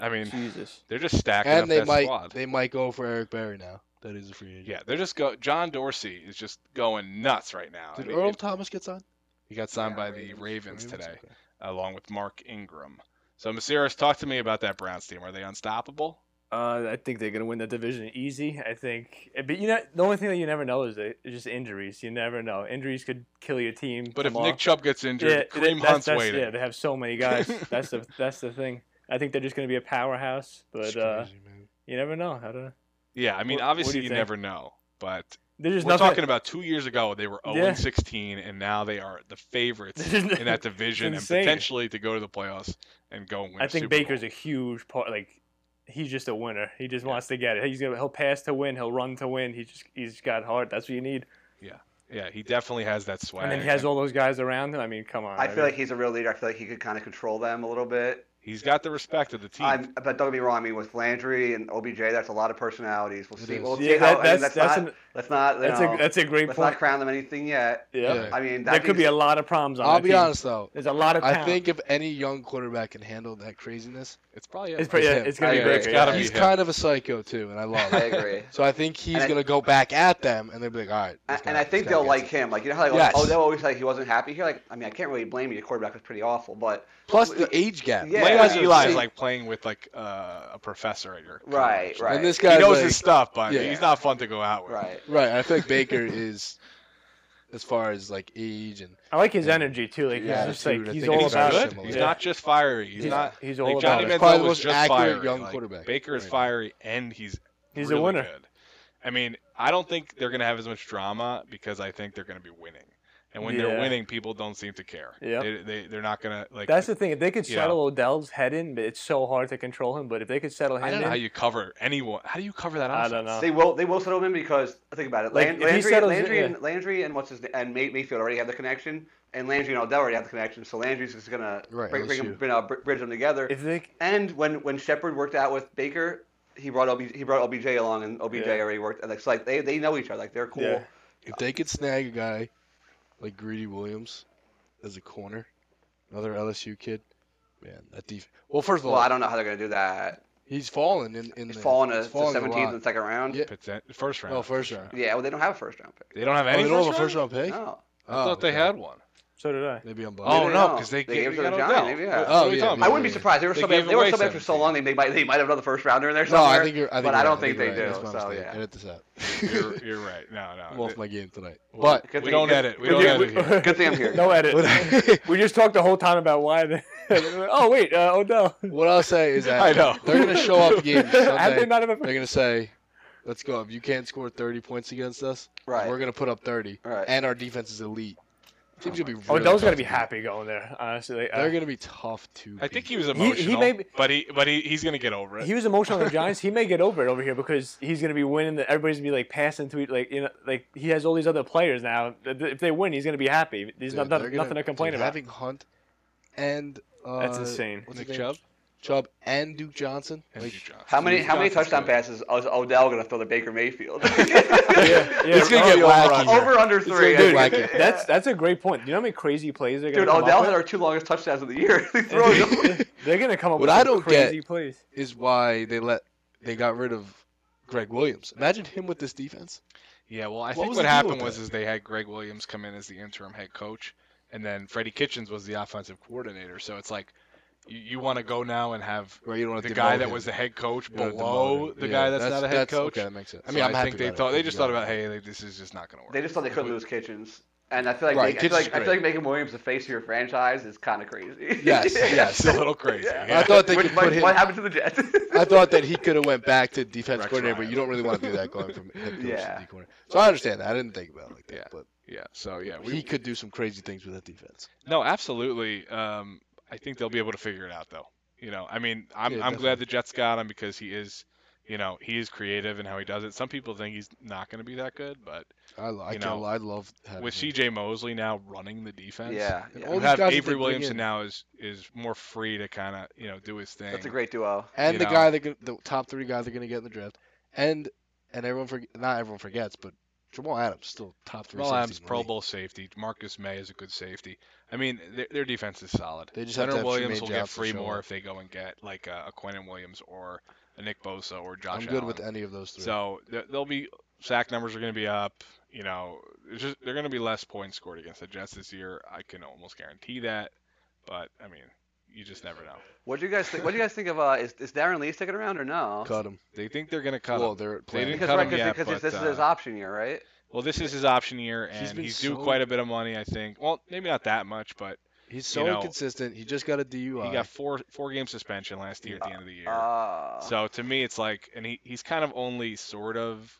Speaker 1: I mean
Speaker 4: Jesus.
Speaker 1: they're just stacking up
Speaker 3: And they
Speaker 1: that
Speaker 3: might
Speaker 1: squad.
Speaker 3: they might go for Eric Berry now. That is a free agent.
Speaker 1: Yeah, they're just go. John Dorsey is just going nuts right now. I
Speaker 3: Did
Speaker 1: mean,
Speaker 3: Earl
Speaker 1: it-
Speaker 3: Thomas get signed?
Speaker 1: he got signed
Speaker 2: Yeah,
Speaker 1: by the
Speaker 2: Ravens.
Speaker 1: Ravens, today,
Speaker 3: okay.
Speaker 1: along with Mark Ingram. So Maceras, talk to me about that Browns team. Are they unstoppable?
Speaker 4: Uh, I think they're gonna win that division easy. I think, but you know, the only thing that you never know is, that, is just injuries. You never know. Injuries could kill your team.
Speaker 1: But if
Speaker 4: tomorrow.
Speaker 1: Nick Chubb gets injured,
Speaker 4: yeah, that-
Speaker 1: Kareem
Speaker 4: that's-
Speaker 1: Hunt's
Speaker 4: that's-
Speaker 1: waiting.
Speaker 4: Yeah, they have so many guys. that's the that's the thing. I think they're just gonna be a powerhouse.
Speaker 3: It's
Speaker 4: But uh,
Speaker 3: crazy, man.
Speaker 4: you never know. I don't know.
Speaker 1: yeah, I mean,
Speaker 4: What- what do
Speaker 1: obviously
Speaker 4: you
Speaker 1: you
Speaker 4: think?
Speaker 1: never know, but
Speaker 4: There's just
Speaker 1: we're
Speaker 4: nothing.
Speaker 1: talking about two years ago they were 0
Speaker 4: Yeah.
Speaker 1: 16 and now they are the favorites
Speaker 4: There's
Speaker 1: in that
Speaker 4: nothing-
Speaker 1: division and
Speaker 4: insane.
Speaker 1: potentially to go to the playoffs and go and win.
Speaker 4: I
Speaker 1: a
Speaker 4: think
Speaker 1: Super Bowl.
Speaker 4: Baker's a huge part. Like he's just a winner. He just wants to get it. He's gonna he'll pass to win. He'll run to win. He just he's got heart. That's what you need.
Speaker 1: Yeah, he definitely has that swag.
Speaker 4: And then he has all those guys around him. I mean, come on.
Speaker 2: I feel like he's a real leader. I feel like he could kind of control them a little bit.
Speaker 1: has got the respect of the team.
Speaker 2: I'm, but don't get me wrong. I mean, with Landry and OBJ, that's a lot of personalities. We'll
Speaker 3: It
Speaker 2: see.
Speaker 3: is.
Speaker 2: We'll see
Speaker 4: yeah,
Speaker 2: how.
Speaker 4: that,
Speaker 2: I mean,
Speaker 4: that's
Speaker 2: let's
Speaker 4: that's
Speaker 2: not.
Speaker 4: an,
Speaker 2: let's not. You
Speaker 4: that's
Speaker 2: know,
Speaker 4: a that's a great
Speaker 2: let's
Speaker 4: point.
Speaker 2: not crown them anything yet.
Speaker 4: yeah.
Speaker 3: Yeah.
Speaker 2: I mean, that
Speaker 4: There could
Speaker 2: means-
Speaker 4: be a lot of problems on
Speaker 3: I'll
Speaker 4: that
Speaker 3: be
Speaker 4: team.
Speaker 3: honest though.
Speaker 4: There's a lot of talent.
Speaker 3: I think if any young quarterback can handle that craziness,
Speaker 1: it's probably
Speaker 4: it's, pretty, yeah,
Speaker 3: him.
Speaker 4: it's gonna
Speaker 2: I
Speaker 4: be
Speaker 2: agree.
Speaker 4: Baker.
Speaker 2: It's
Speaker 1: gotta
Speaker 4: yeah.
Speaker 1: be
Speaker 3: he's
Speaker 1: him.
Speaker 3: kind of a psycho too, and I love
Speaker 2: I
Speaker 3: it.
Speaker 2: agree.
Speaker 3: So I think he's
Speaker 2: And I-
Speaker 3: gonna go back at them, and they'll be like, "All right."
Speaker 2: And,
Speaker 3: this
Speaker 2: and
Speaker 3: guy-
Speaker 2: I
Speaker 3: this
Speaker 2: think
Speaker 3: guy
Speaker 2: they're
Speaker 3: gets
Speaker 2: like
Speaker 3: it."
Speaker 2: him. Like you know how like,
Speaker 3: Yes.
Speaker 2: oh, they always like he wasn't happy here. Like I mean, I can't really blame you. The quarterback was pretty awful, but
Speaker 3: Plus the age gap.
Speaker 2: Yeah.
Speaker 3: This
Speaker 1: Playing
Speaker 3: guy's
Speaker 1: with
Speaker 3: a
Speaker 1: Eli is
Speaker 3: saint.
Speaker 1: like playing with like uh, a professor at your
Speaker 2: Right,
Speaker 1: college.
Speaker 2: right.
Speaker 3: And this
Speaker 1: He
Speaker 3: guy's
Speaker 1: knows
Speaker 3: like,
Speaker 1: his stuff, but
Speaker 3: Yeah.
Speaker 1: he's not fun to go out with.
Speaker 2: right.
Speaker 3: right. I feel like Baker is, as far as like age and
Speaker 4: I like his
Speaker 3: Yeah.
Speaker 4: energy too. Like
Speaker 3: Yeah,
Speaker 4: he's just
Speaker 3: attitude,
Speaker 4: like
Speaker 3: I
Speaker 4: he's
Speaker 3: think
Speaker 1: And
Speaker 4: all
Speaker 1: he's
Speaker 3: it's very
Speaker 4: about
Speaker 1: good.
Speaker 4: it.
Speaker 3: similar.
Speaker 1: He's
Speaker 4: Yeah.
Speaker 1: not just fiery. He's,
Speaker 4: He's
Speaker 1: not
Speaker 4: He's all
Speaker 1: like
Speaker 4: about
Speaker 1: Johnny
Speaker 4: it.
Speaker 3: He's
Speaker 1: Manziel
Speaker 3: probably the
Speaker 1: was
Speaker 3: most
Speaker 1: just
Speaker 3: accurate
Speaker 1: fiery.
Speaker 3: young
Speaker 1: Like,
Speaker 3: quarterback
Speaker 1: Baker is
Speaker 3: right now.
Speaker 1: fiery and he's
Speaker 4: He's
Speaker 1: really
Speaker 4: a winner.
Speaker 1: Good. I mean, I don't think they're gonna have as much drama because I think they're gonna be winning. And when they're
Speaker 4: Yeah.
Speaker 1: winning, people don't seem to care.
Speaker 4: Yep.
Speaker 1: They, they they're not gonna like.
Speaker 4: That's the thing. If they could
Speaker 1: you know.
Speaker 4: settle Odell's head in, but it's so hard to control him. But if they could settle him
Speaker 1: I don't know
Speaker 4: in,
Speaker 1: how you cover anyone. How do you cover that
Speaker 4: I
Speaker 1: offense?
Speaker 4: don't know.
Speaker 2: They will. They will settle him in because think about it.
Speaker 4: Like,
Speaker 2: Land,
Speaker 4: if he
Speaker 2: Landry,
Speaker 4: settles it,
Speaker 2: Landry, and,
Speaker 4: yeah.
Speaker 2: Landry, and what's his name, and May, Mayfield already have the connection, and Landry and Odell already have the connection. So Landry's just gonna
Speaker 3: Right,
Speaker 2: bring, bring,
Speaker 3: LSU.
Speaker 2: them- bring, uh, br- bridge them together.
Speaker 4: if they
Speaker 2: and when when Shepard worked out with Baker, he brought OB, he brought OBJ along, and OBJ
Speaker 4: Yeah.
Speaker 2: already worked. And it's like they, they know each other. Like they're cool.
Speaker 4: Yeah.
Speaker 3: If they could snag a guy like Greedy Williams as a corner, another LSU kid, man, that def- Well, first of all,
Speaker 2: Well, I don't know how they're gonna do that.
Speaker 3: he's fallen in, in
Speaker 2: He's
Speaker 3: the
Speaker 2: fallen to
Speaker 3: he's
Speaker 2: to
Speaker 3: fallen a
Speaker 2: 17th in
Speaker 3: lot.
Speaker 2: the second round.
Speaker 3: Yeah.
Speaker 1: Poten- first round.
Speaker 3: Oh, first round.
Speaker 2: Yeah, well, they don't have a first round pick.
Speaker 1: They don't have
Speaker 3: Oh,
Speaker 1: any.
Speaker 3: they don't have a
Speaker 1: first
Speaker 3: first
Speaker 1: round?
Speaker 3: round pick. Oh,
Speaker 2: No.
Speaker 1: I thought they had one.
Speaker 4: so did I.
Speaker 3: Maybe I'm
Speaker 1: Oh
Speaker 3: blind.
Speaker 1: no,
Speaker 2: they don't.
Speaker 1: because they,
Speaker 2: They
Speaker 1: gave
Speaker 2: gave
Speaker 1: we
Speaker 2: it to
Speaker 1: got
Speaker 2: the
Speaker 1: Odell.
Speaker 2: Giants, yeah.
Speaker 1: What
Speaker 3: Oh,
Speaker 1: are we talking
Speaker 3: yeah, yeah,
Speaker 2: I
Speaker 1: about?
Speaker 2: wouldn't be
Speaker 3: yeah.
Speaker 2: surprised. They were
Speaker 1: They
Speaker 2: so
Speaker 1: gave
Speaker 2: bad, they were
Speaker 1: away
Speaker 2: so bad for so
Speaker 1: 17.
Speaker 2: long. They, they might they might have another first rounder in there.
Speaker 3: No,
Speaker 2: Somewhere.
Speaker 3: I think you're. I think
Speaker 2: but
Speaker 3: you're
Speaker 2: I don't
Speaker 3: right.
Speaker 2: think
Speaker 3: you're
Speaker 2: they
Speaker 3: right.
Speaker 2: do,
Speaker 3: That's my
Speaker 2: so,
Speaker 3: mistake.
Speaker 2: yeah.
Speaker 3: Edit this out.
Speaker 1: You're, you're right. No,
Speaker 3: I'm
Speaker 1: no.
Speaker 3: off my game tonight.
Speaker 1: Well,
Speaker 3: But
Speaker 2: Good
Speaker 1: we
Speaker 2: thing-
Speaker 1: don't
Speaker 2: good-
Speaker 1: edit. We
Speaker 2: good
Speaker 1: don't
Speaker 2: thing-
Speaker 1: edit here.
Speaker 2: Good thing I'm here.
Speaker 4: No edit.
Speaker 3: what,
Speaker 4: we just talked the whole time about why. The, oh wait, uh, Odell.
Speaker 3: what I'll say is that
Speaker 1: I know.
Speaker 3: they're gonna show up games
Speaker 4: Had they
Speaker 3: Sunday.
Speaker 4: not have
Speaker 3: They're gonna say, "Let's go. If you can't score 30 points against us,
Speaker 2: Right.
Speaker 3: we're gonna put up 30,
Speaker 2: Right.
Speaker 3: and our defense is elite." Team's gonna be.
Speaker 4: Oh,
Speaker 3: really
Speaker 4: Odell's
Speaker 3: tough
Speaker 4: gonna be
Speaker 3: to beat.
Speaker 4: happy going there. Honestly, Uh,
Speaker 3: They're gonna be tough to.
Speaker 1: I think
Speaker 3: beat.
Speaker 1: he was
Speaker 4: He- he
Speaker 1: emotional,
Speaker 4: may be-
Speaker 1: but he but he, he's gonna get over it.
Speaker 4: he was emotional on the Giants. He may get over it over here because he's going to be winning. The, everybody's going to be like passing to each like you know like he has all these other players now. Th- th- If they win, he's going to be happy. There's
Speaker 3: Dude,
Speaker 4: not,
Speaker 3: they're
Speaker 4: nothing
Speaker 3: gonna-
Speaker 4: to complain
Speaker 3: dude,
Speaker 4: about.
Speaker 3: Having Hunt and uh,
Speaker 4: That's insane.
Speaker 3: What's
Speaker 1: Nick
Speaker 3: his name?
Speaker 1: Chubb
Speaker 3: Chubb and Duke Johnson.
Speaker 1: and
Speaker 3: Like,
Speaker 1: Duke Johnson.
Speaker 2: How many
Speaker 1: Duke
Speaker 2: how many
Speaker 1: Johnson's
Speaker 2: touchdown
Speaker 1: good.
Speaker 2: passes is Odell gonna throw to Baker Mayfield?
Speaker 4: Yeah, yeah.
Speaker 1: He's gonna
Speaker 4: oh,
Speaker 1: get
Speaker 4: yeah.
Speaker 1: wacky.
Speaker 2: Over under
Speaker 3: gonna
Speaker 2: three.
Speaker 3: get
Speaker 2: I
Speaker 3: wacky.
Speaker 2: think.
Speaker 4: That's that's a great point. Do you know how many crazy plays they're going
Speaker 2: Dude,
Speaker 4: to come
Speaker 2: Odell
Speaker 4: up
Speaker 2: had
Speaker 4: with?
Speaker 2: our two longest touchdowns of the year. They throw them.
Speaker 4: they're going to come up
Speaker 3: What
Speaker 4: with
Speaker 3: I
Speaker 4: some
Speaker 3: don't
Speaker 4: crazy plays.
Speaker 3: Is why they let they got rid of Greg Williams. Imagine him with this defense.
Speaker 1: Yeah, well, I
Speaker 3: What
Speaker 1: think
Speaker 3: was
Speaker 1: what
Speaker 3: the deal
Speaker 1: happened
Speaker 3: with
Speaker 1: was
Speaker 3: that?
Speaker 1: is they had Greg Williams come in as the interim head coach, and then Freddie Kitchens was the offensive coordinator. So it's like you, you want to go now and have
Speaker 3: Right? You don't want
Speaker 1: the
Speaker 3: to
Speaker 1: guy that was the head coach below the guy that's, not a head coach.
Speaker 3: Okay, that makes sense.
Speaker 1: I mean,
Speaker 3: So
Speaker 1: I
Speaker 3: happy
Speaker 1: think they
Speaker 3: about it.
Speaker 1: thought they
Speaker 3: Good
Speaker 1: just
Speaker 3: job.
Speaker 1: thought about, hey, like, this is just not going to work.
Speaker 2: They just thought they couldn't lose Kitchens. And I feel like,
Speaker 3: Right,
Speaker 2: they, I, feel
Speaker 3: Kitchens is
Speaker 2: like I feel
Speaker 3: great.
Speaker 2: like making Williams the face of your franchise is kind of crazy.
Speaker 3: Yes,
Speaker 1: yeah, it's a little crazy.
Speaker 2: Yeah.
Speaker 1: yeah.
Speaker 3: I thought they
Speaker 2: Which-
Speaker 3: could
Speaker 2: what,
Speaker 3: put him.
Speaker 2: what happened to the Jets?
Speaker 3: I thought that he could have went back to defense
Speaker 1: Rex
Speaker 3: coordinator, but
Speaker 1: Ryan.
Speaker 3: you don't really want to do that going from head coach
Speaker 2: Yeah.
Speaker 3: to D corner. So I understand that. I didn't think about it like that,
Speaker 1: Yeah.
Speaker 3: but
Speaker 1: Yeah, so yeah, we,
Speaker 3: he could do some crazy things with that defense.
Speaker 1: No, absolutely. Um, I think they'll be able to figure it out, though. You know, I mean, I'm
Speaker 3: Yeah,
Speaker 1: I'm
Speaker 3: definitely.
Speaker 1: glad the Jets got him because he is, you know, he is creative in how he does it. Some people think he's not going to be that good, but
Speaker 3: I, lo- I,
Speaker 1: You
Speaker 3: can't
Speaker 1: know,
Speaker 3: lie, I love having
Speaker 1: with
Speaker 3: him.
Speaker 1: C.J. Mosley now running the defense,
Speaker 2: yeah,
Speaker 3: And
Speaker 2: yeah.
Speaker 3: all
Speaker 1: you
Speaker 3: these
Speaker 1: have
Speaker 3: guys that they
Speaker 1: Avery
Speaker 3: bring in.
Speaker 1: Williamson now is is more free to kind of you know do his thing.
Speaker 2: That's a great duo.
Speaker 3: and
Speaker 1: you
Speaker 3: the
Speaker 1: know.
Speaker 3: guy that g- the top three guy they're going to get in the draft, and and everyone forg not everyone forgets, but Jamal Adams still top three.
Speaker 1: Jamal
Speaker 3: safety
Speaker 1: Adams,
Speaker 3: in the
Speaker 1: Pro
Speaker 3: league.
Speaker 1: Bowl safety. Marcus May is a good safety. I mean, their, their defense is solid.
Speaker 3: They just have to
Speaker 1: Leonard
Speaker 3: have
Speaker 1: Williams
Speaker 3: Jermaine
Speaker 1: will get
Speaker 3: Johnson
Speaker 1: free
Speaker 3: show
Speaker 1: more
Speaker 3: up.
Speaker 1: if they go and get like a, a Quinnen Williams or a Nick Bosa or Josh.
Speaker 3: I'm good
Speaker 1: Allen.
Speaker 3: with any of those three.
Speaker 1: So there- there'll be sack numbers are going to be up. You know, it's just, they're going to be less points scored against the Jets this year. I can almost guarantee that. But I mean, you just never know.
Speaker 2: What do you guys think? What do you guys think of? Uh, is, is Darren Lee sticking around or no?
Speaker 3: cut him.
Speaker 1: They think they're going to cut
Speaker 3: well,
Speaker 1: him.
Speaker 3: they're
Speaker 1: They
Speaker 3: planning.
Speaker 1: didn't
Speaker 2: Because
Speaker 1: cut
Speaker 2: right,
Speaker 1: him
Speaker 2: because-
Speaker 1: yet,
Speaker 2: because
Speaker 1: but,
Speaker 2: this, this is his
Speaker 1: uh,
Speaker 2: option year, right?
Speaker 1: Well, this is his option year,
Speaker 3: He's
Speaker 1: and
Speaker 3: been
Speaker 1: he's due
Speaker 3: so-
Speaker 1: quite a bit of money, I think. Well, maybe not that much, but
Speaker 3: He's so
Speaker 1: you know,
Speaker 3: inconsistent. He just got a DUI.
Speaker 1: he got four four game suspension last year at the end of the year.
Speaker 2: Uh,
Speaker 1: So to me, it's like, and he, he's kind of only sort of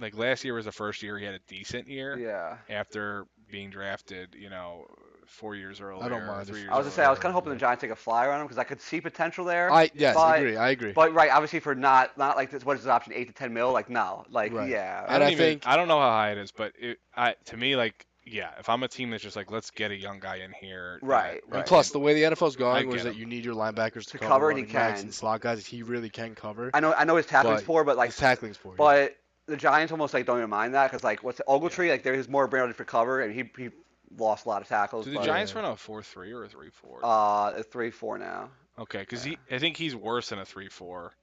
Speaker 1: like last year was the first year he had a decent year.
Speaker 2: yeah.
Speaker 1: after being drafted, you know, four years earlier.
Speaker 3: don't mind
Speaker 1: Three
Speaker 3: if-
Speaker 1: years
Speaker 2: I was gonna say I was
Speaker 1: earlier.
Speaker 2: kind of hoping the Giants take a flyer on him because I could see potential there.
Speaker 3: I yes, I
Speaker 2: but-
Speaker 3: agree. I agree.
Speaker 2: But right, obviously for not not like this. What is his option? Eight to ten mil? Like no, like
Speaker 3: Right.
Speaker 2: yeah.
Speaker 1: I
Speaker 3: and
Speaker 1: don't
Speaker 3: I
Speaker 1: even-
Speaker 3: think-
Speaker 1: I don't know how high it is, but it, I to me like yeah, if I'm a team that's just like let's get a young guy in here, that-
Speaker 2: Right,
Speaker 3: And
Speaker 2: right.
Speaker 3: plus, the way the NFL's
Speaker 1: I
Speaker 3: going was
Speaker 1: get
Speaker 3: that
Speaker 1: him.
Speaker 3: you need your linebackers
Speaker 2: To
Speaker 3: to,
Speaker 2: cover, and he
Speaker 3: running backs
Speaker 2: can.
Speaker 3: and slot guys. He really can cover.
Speaker 2: I know I know his tackling's
Speaker 3: But
Speaker 2: poor, but like
Speaker 3: His tackling's poor. yeah.
Speaker 2: But the Giants almost like don't even mind that because like what's Ogletree like there is more branded for cover and he he lost a lot of tackles.
Speaker 1: Do the
Speaker 2: but,
Speaker 1: Giants run a four-three or a three-four?
Speaker 2: Uh, it's three four now.
Speaker 1: okay, because he I think he's worse than a three-four,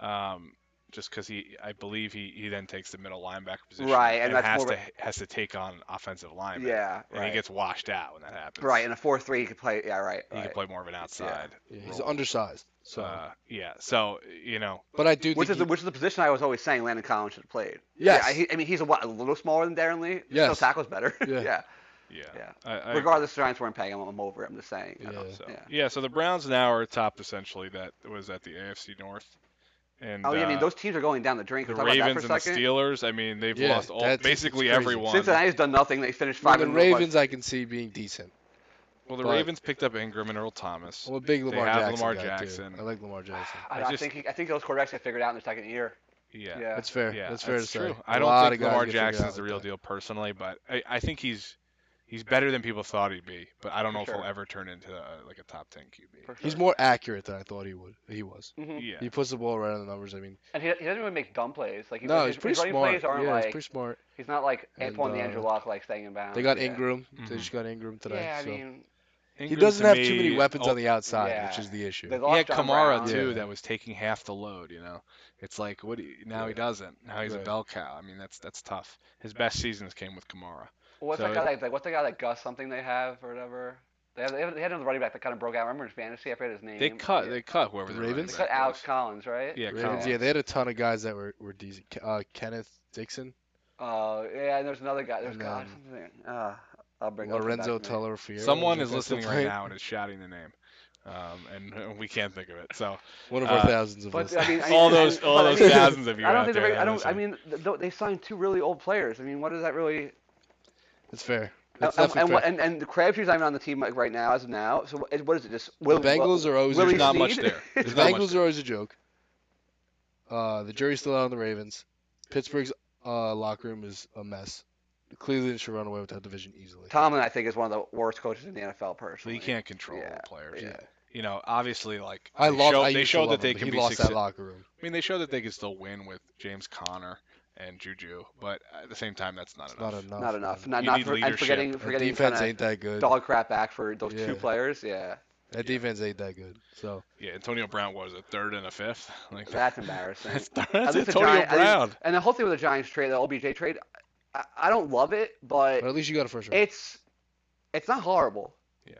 Speaker 1: um, just because he I believe he, he then takes the middle linebacker position,
Speaker 2: Right, and that's
Speaker 1: has
Speaker 2: more
Speaker 1: to has to take on offensive linemen,
Speaker 2: Yeah,
Speaker 1: and
Speaker 2: right.
Speaker 1: he gets washed out when that happens,
Speaker 2: right, and a four three he could play. Yeah, right.
Speaker 1: He
Speaker 2: right.
Speaker 1: can play more of an outside.
Speaker 3: Yeah, he's
Speaker 1: role.
Speaker 3: undersized. So,
Speaker 1: Uh, yeah, so you know,
Speaker 3: but I do
Speaker 2: Which
Speaker 3: think
Speaker 2: is the,
Speaker 3: he-
Speaker 2: which is the position I was always saying Landon Collins should have played.
Speaker 3: Yes.
Speaker 2: Yeah, he, I mean he's a, what, a little smaller than Darren Lee. Still
Speaker 3: Yes.
Speaker 2: tackles better.
Speaker 3: Yeah.
Speaker 2: yeah.
Speaker 1: yeah,
Speaker 2: Yeah.
Speaker 1: I, I,
Speaker 2: Regardless, the Giants weren't paying him. I'm over. it, I'm just saying.
Speaker 3: Yeah.
Speaker 2: Uh,
Speaker 1: So,
Speaker 2: Yeah.
Speaker 1: yeah. so the Browns now are top essentially that was at the AFC North. And
Speaker 2: Oh yeah, I mean
Speaker 1: uh,
Speaker 2: those teams are going down the drink.
Speaker 1: the
Speaker 2: Can we talk about
Speaker 1: Ravens and
Speaker 2: that
Speaker 1: the
Speaker 2: for a second.
Speaker 1: Steelers, I mean, they've
Speaker 3: Yeah,
Speaker 1: lost all
Speaker 3: that's-
Speaker 1: basically
Speaker 3: it's crazy.
Speaker 1: everyone.
Speaker 2: Cincinnati's done nothing. They finished
Speaker 3: I
Speaker 2: five
Speaker 3: mean, the
Speaker 2: and
Speaker 3: Ravens, I can see being decent.
Speaker 1: well, the
Speaker 3: but-
Speaker 1: Ravens picked up Ingram and Earl Thomas.
Speaker 3: I'm a big Lamar
Speaker 1: have
Speaker 3: Jackson.
Speaker 1: Lamar
Speaker 3: guy, too.
Speaker 1: Jackson.
Speaker 3: I like Lamar Jackson.
Speaker 2: I,
Speaker 1: I
Speaker 2: I
Speaker 1: just-
Speaker 2: think he, I think those quarterbacks get figured out in their second year.
Speaker 1: yeah.
Speaker 2: Yeah.
Speaker 3: That's fair.
Speaker 1: Yeah,
Speaker 3: that's fair to
Speaker 1: true.
Speaker 3: say.
Speaker 1: I
Speaker 3: A
Speaker 1: don't
Speaker 3: lot
Speaker 1: think
Speaker 3: of guys
Speaker 1: Lamar
Speaker 3: get figured
Speaker 1: Jackson
Speaker 3: out
Speaker 1: is the
Speaker 3: like
Speaker 1: real
Speaker 3: that.
Speaker 1: deal personally, but I, I think he's he's better than people thought he'd be. But I don't
Speaker 2: For
Speaker 1: know if
Speaker 2: sure.
Speaker 1: he'll ever turn into uh like a top ten QB.
Speaker 2: For sure.
Speaker 3: He's more accurate than I thought he would. He was.
Speaker 2: Mhm.
Speaker 1: Yeah,
Speaker 3: He puts the ball right on the numbers. I mean,
Speaker 2: And he, he doesn't really make dumb plays. Like he's,
Speaker 3: no,
Speaker 2: his,
Speaker 3: he's pretty
Speaker 2: his running
Speaker 3: smart.
Speaker 2: plays aren't
Speaker 3: yeah,
Speaker 2: like
Speaker 3: he's pretty smart.
Speaker 2: he's not like
Speaker 3: And,
Speaker 2: Antoine
Speaker 3: uh,
Speaker 2: the Andrew Luck like staying in bounds.
Speaker 3: They got
Speaker 2: yeah.
Speaker 3: Ingram. They
Speaker 1: Mhm.
Speaker 3: just got Ingram today.
Speaker 2: yeah, I
Speaker 3: so.
Speaker 2: mean,
Speaker 3: he
Speaker 1: Ingram
Speaker 3: doesn't
Speaker 1: to
Speaker 3: have too many
Speaker 1: me-
Speaker 3: weapons
Speaker 1: oh,
Speaker 3: on the outside,
Speaker 2: yeah.
Speaker 3: which is the issue.
Speaker 2: they
Speaker 1: He
Speaker 2: lost
Speaker 1: had
Speaker 2: John
Speaker 1: Kamara
Speaker 2: Brown.
Speaker 1: too,
Speaker 3: Yeah.
Speaker 1: that was taking half the load. You know, it's like what? Do you, now he
Speaker 3: Yeah.
Speaker 1: doesn't. Now he's
Speaker 3: Right.
Speaker 1: a bell cow. I mean, that's that's tough. His best seasons came with Kamara.
Speaker 2: What's
Speaker 1: So-
Speaker 2: that guy like, like? What's the guy like Gus something they have or whatever? They have, they, have, they had another running back that kind of broke out. I remember in fantasy, I forget his name.
Speaker 1: They cut.
Speaker 2: Yeah.
Speaker 1: They cut whoever the running
Speaker 3: Ravens?
Speaker 2: They
Speaker 1: back
Speaker 2: cut Alex
Speaker 1: was.
Speaker 2: Collins, right?
Speaker 1: Yeah,
Speaker 3: Ravens,
Speaker 1: Collins.
Speaker 3: yeah, they had a ton of guys that were, were decent. Ke- Uh, Kenneth Dixon,
Speaker 2: Uh, yeah, and there's another guy. There's
Speaker 3: And
Speaker 2: God
Speaker 3: then-
Speaker 2: something. Uh, I'll bring I'll come back
Speaker 3: Lorenzo
Speaker 2: to me.
Speaker 3: Tellerfier.
Speaker 1: Someone is listening right now and is shouting the name, um, and we can't think of it. So
Speaker 3: One of our
Speaker 1: Uh,
Speaker 3: thousands of
Speaker 2: But
Speaker 3: listeners.
Speaker 2: I mean, I
Speaker 1: all
Speaker 2: mean, I-
Speaker 1: those all
Speaker 2: but I
Speaker 1: those
Speaker 2: mean-
Speaker 1: thousands of you
Speaker 2: I don't
Speaker 1: out
Speaker 2: think
Speaker 1: there.
Speaker 2: they.
Speaker 1: that
Speaker 2: I don't. I
Speaker 1: listen.
Speaker 2: mean, th- th- they signed two really old players. I mean, what does that really?
Speaker 3: It's fair.
Speaker 2: And,
Speaker 3: That's
Speaker 2: and,
Speaker 3: definitely
Speaker 2: what-
Speaker 3: fair.
Speaker 2: and, and the Crabtree's not even on the team like right now as of now. So what- what is it? Just will,
Speaker 3: the Bengals are always
Speaker 2: will
Speaker 3: a
Speaker 1: There's
Speaker 2: he
Speaker 3: joke.
Speaker 1: not
Speaker 2: see
Speaker 1: much
Speaker 2: it?
Speaker 1: there. There's
Speaker 3: The
Speaker 1: not much
Speaker 3: Bengals
Speaker 1: there.
Speaker 3: are always a joke. Uh, the jury's still out on the Ravens. Pittsburgh's uh, locker room is a mess. Cleveland should run away with that division easily.
Speaker 2: Tomlin, I think, is one of the worst coaches in the NFL
Speaker 1: So
Speaker 2: personally.
Speaker 1: you can't control
Speaker 2: Yeah,
Speaker 1: players.
Speaker 2: Yeah.
Speaker 1: You know, obviously, like
Speaker 3: I
Speaker 1: they
Speaker 3: love.
Speaker 1: showed-
Speaker 3: I
Speaker 1: they
Speaker 3: used to
Speaker 1: showed
Speaker 3: love
Speaker 1: that they
Speaker 3: him, but
Speaker 1: can
Speaker 3: he
Speaker 1: be
Speaker 3: lost
Speaker 1: successful.
Speaker 3: that locker room.
Speaker 1: I mean, they showed that they could still win with James Conner and Juju, but at the same time, that's not
Speaker 3: It's
Speaker 1: enough.
Speaker 3: not enough.
Speaker 2: Not enough. Not,
Speaker 1: You
Speaker 2: not
Speaker 1: need
Speaker 2: for, and
Speaker 1: leadership.
Speaker 2: forgetting
Speaker 1: That
Speaker 3: That
Speaker 2: forgetting
Speaker 3: defense
Speaker 2: kinda
Speaker 3: ain't that good.
Speaker 2: dog crap back for those
Speaker 3: Yeah.
Speaker 2: two players. Yeah,
Speaker 3: That defense ain't that good. So
Speaker 1: Yeah, Antonio Brown was a third and a fifth. Like
Speaker 2: that's embarrassing.
Speaker 1: That's, that's
Speaker 2: At least the
Speaker 1: Antonio
Speaker 2: Giant- I think-
Speaker 1: Brown.
Speaker 2: and the whole thing with the Giants trade, the OBJ trade, I, I don't love it, but
Speaker 3: but at least you got a first round.
Speaker 2: it's it's not horrible.
Speaker 1: Yeah.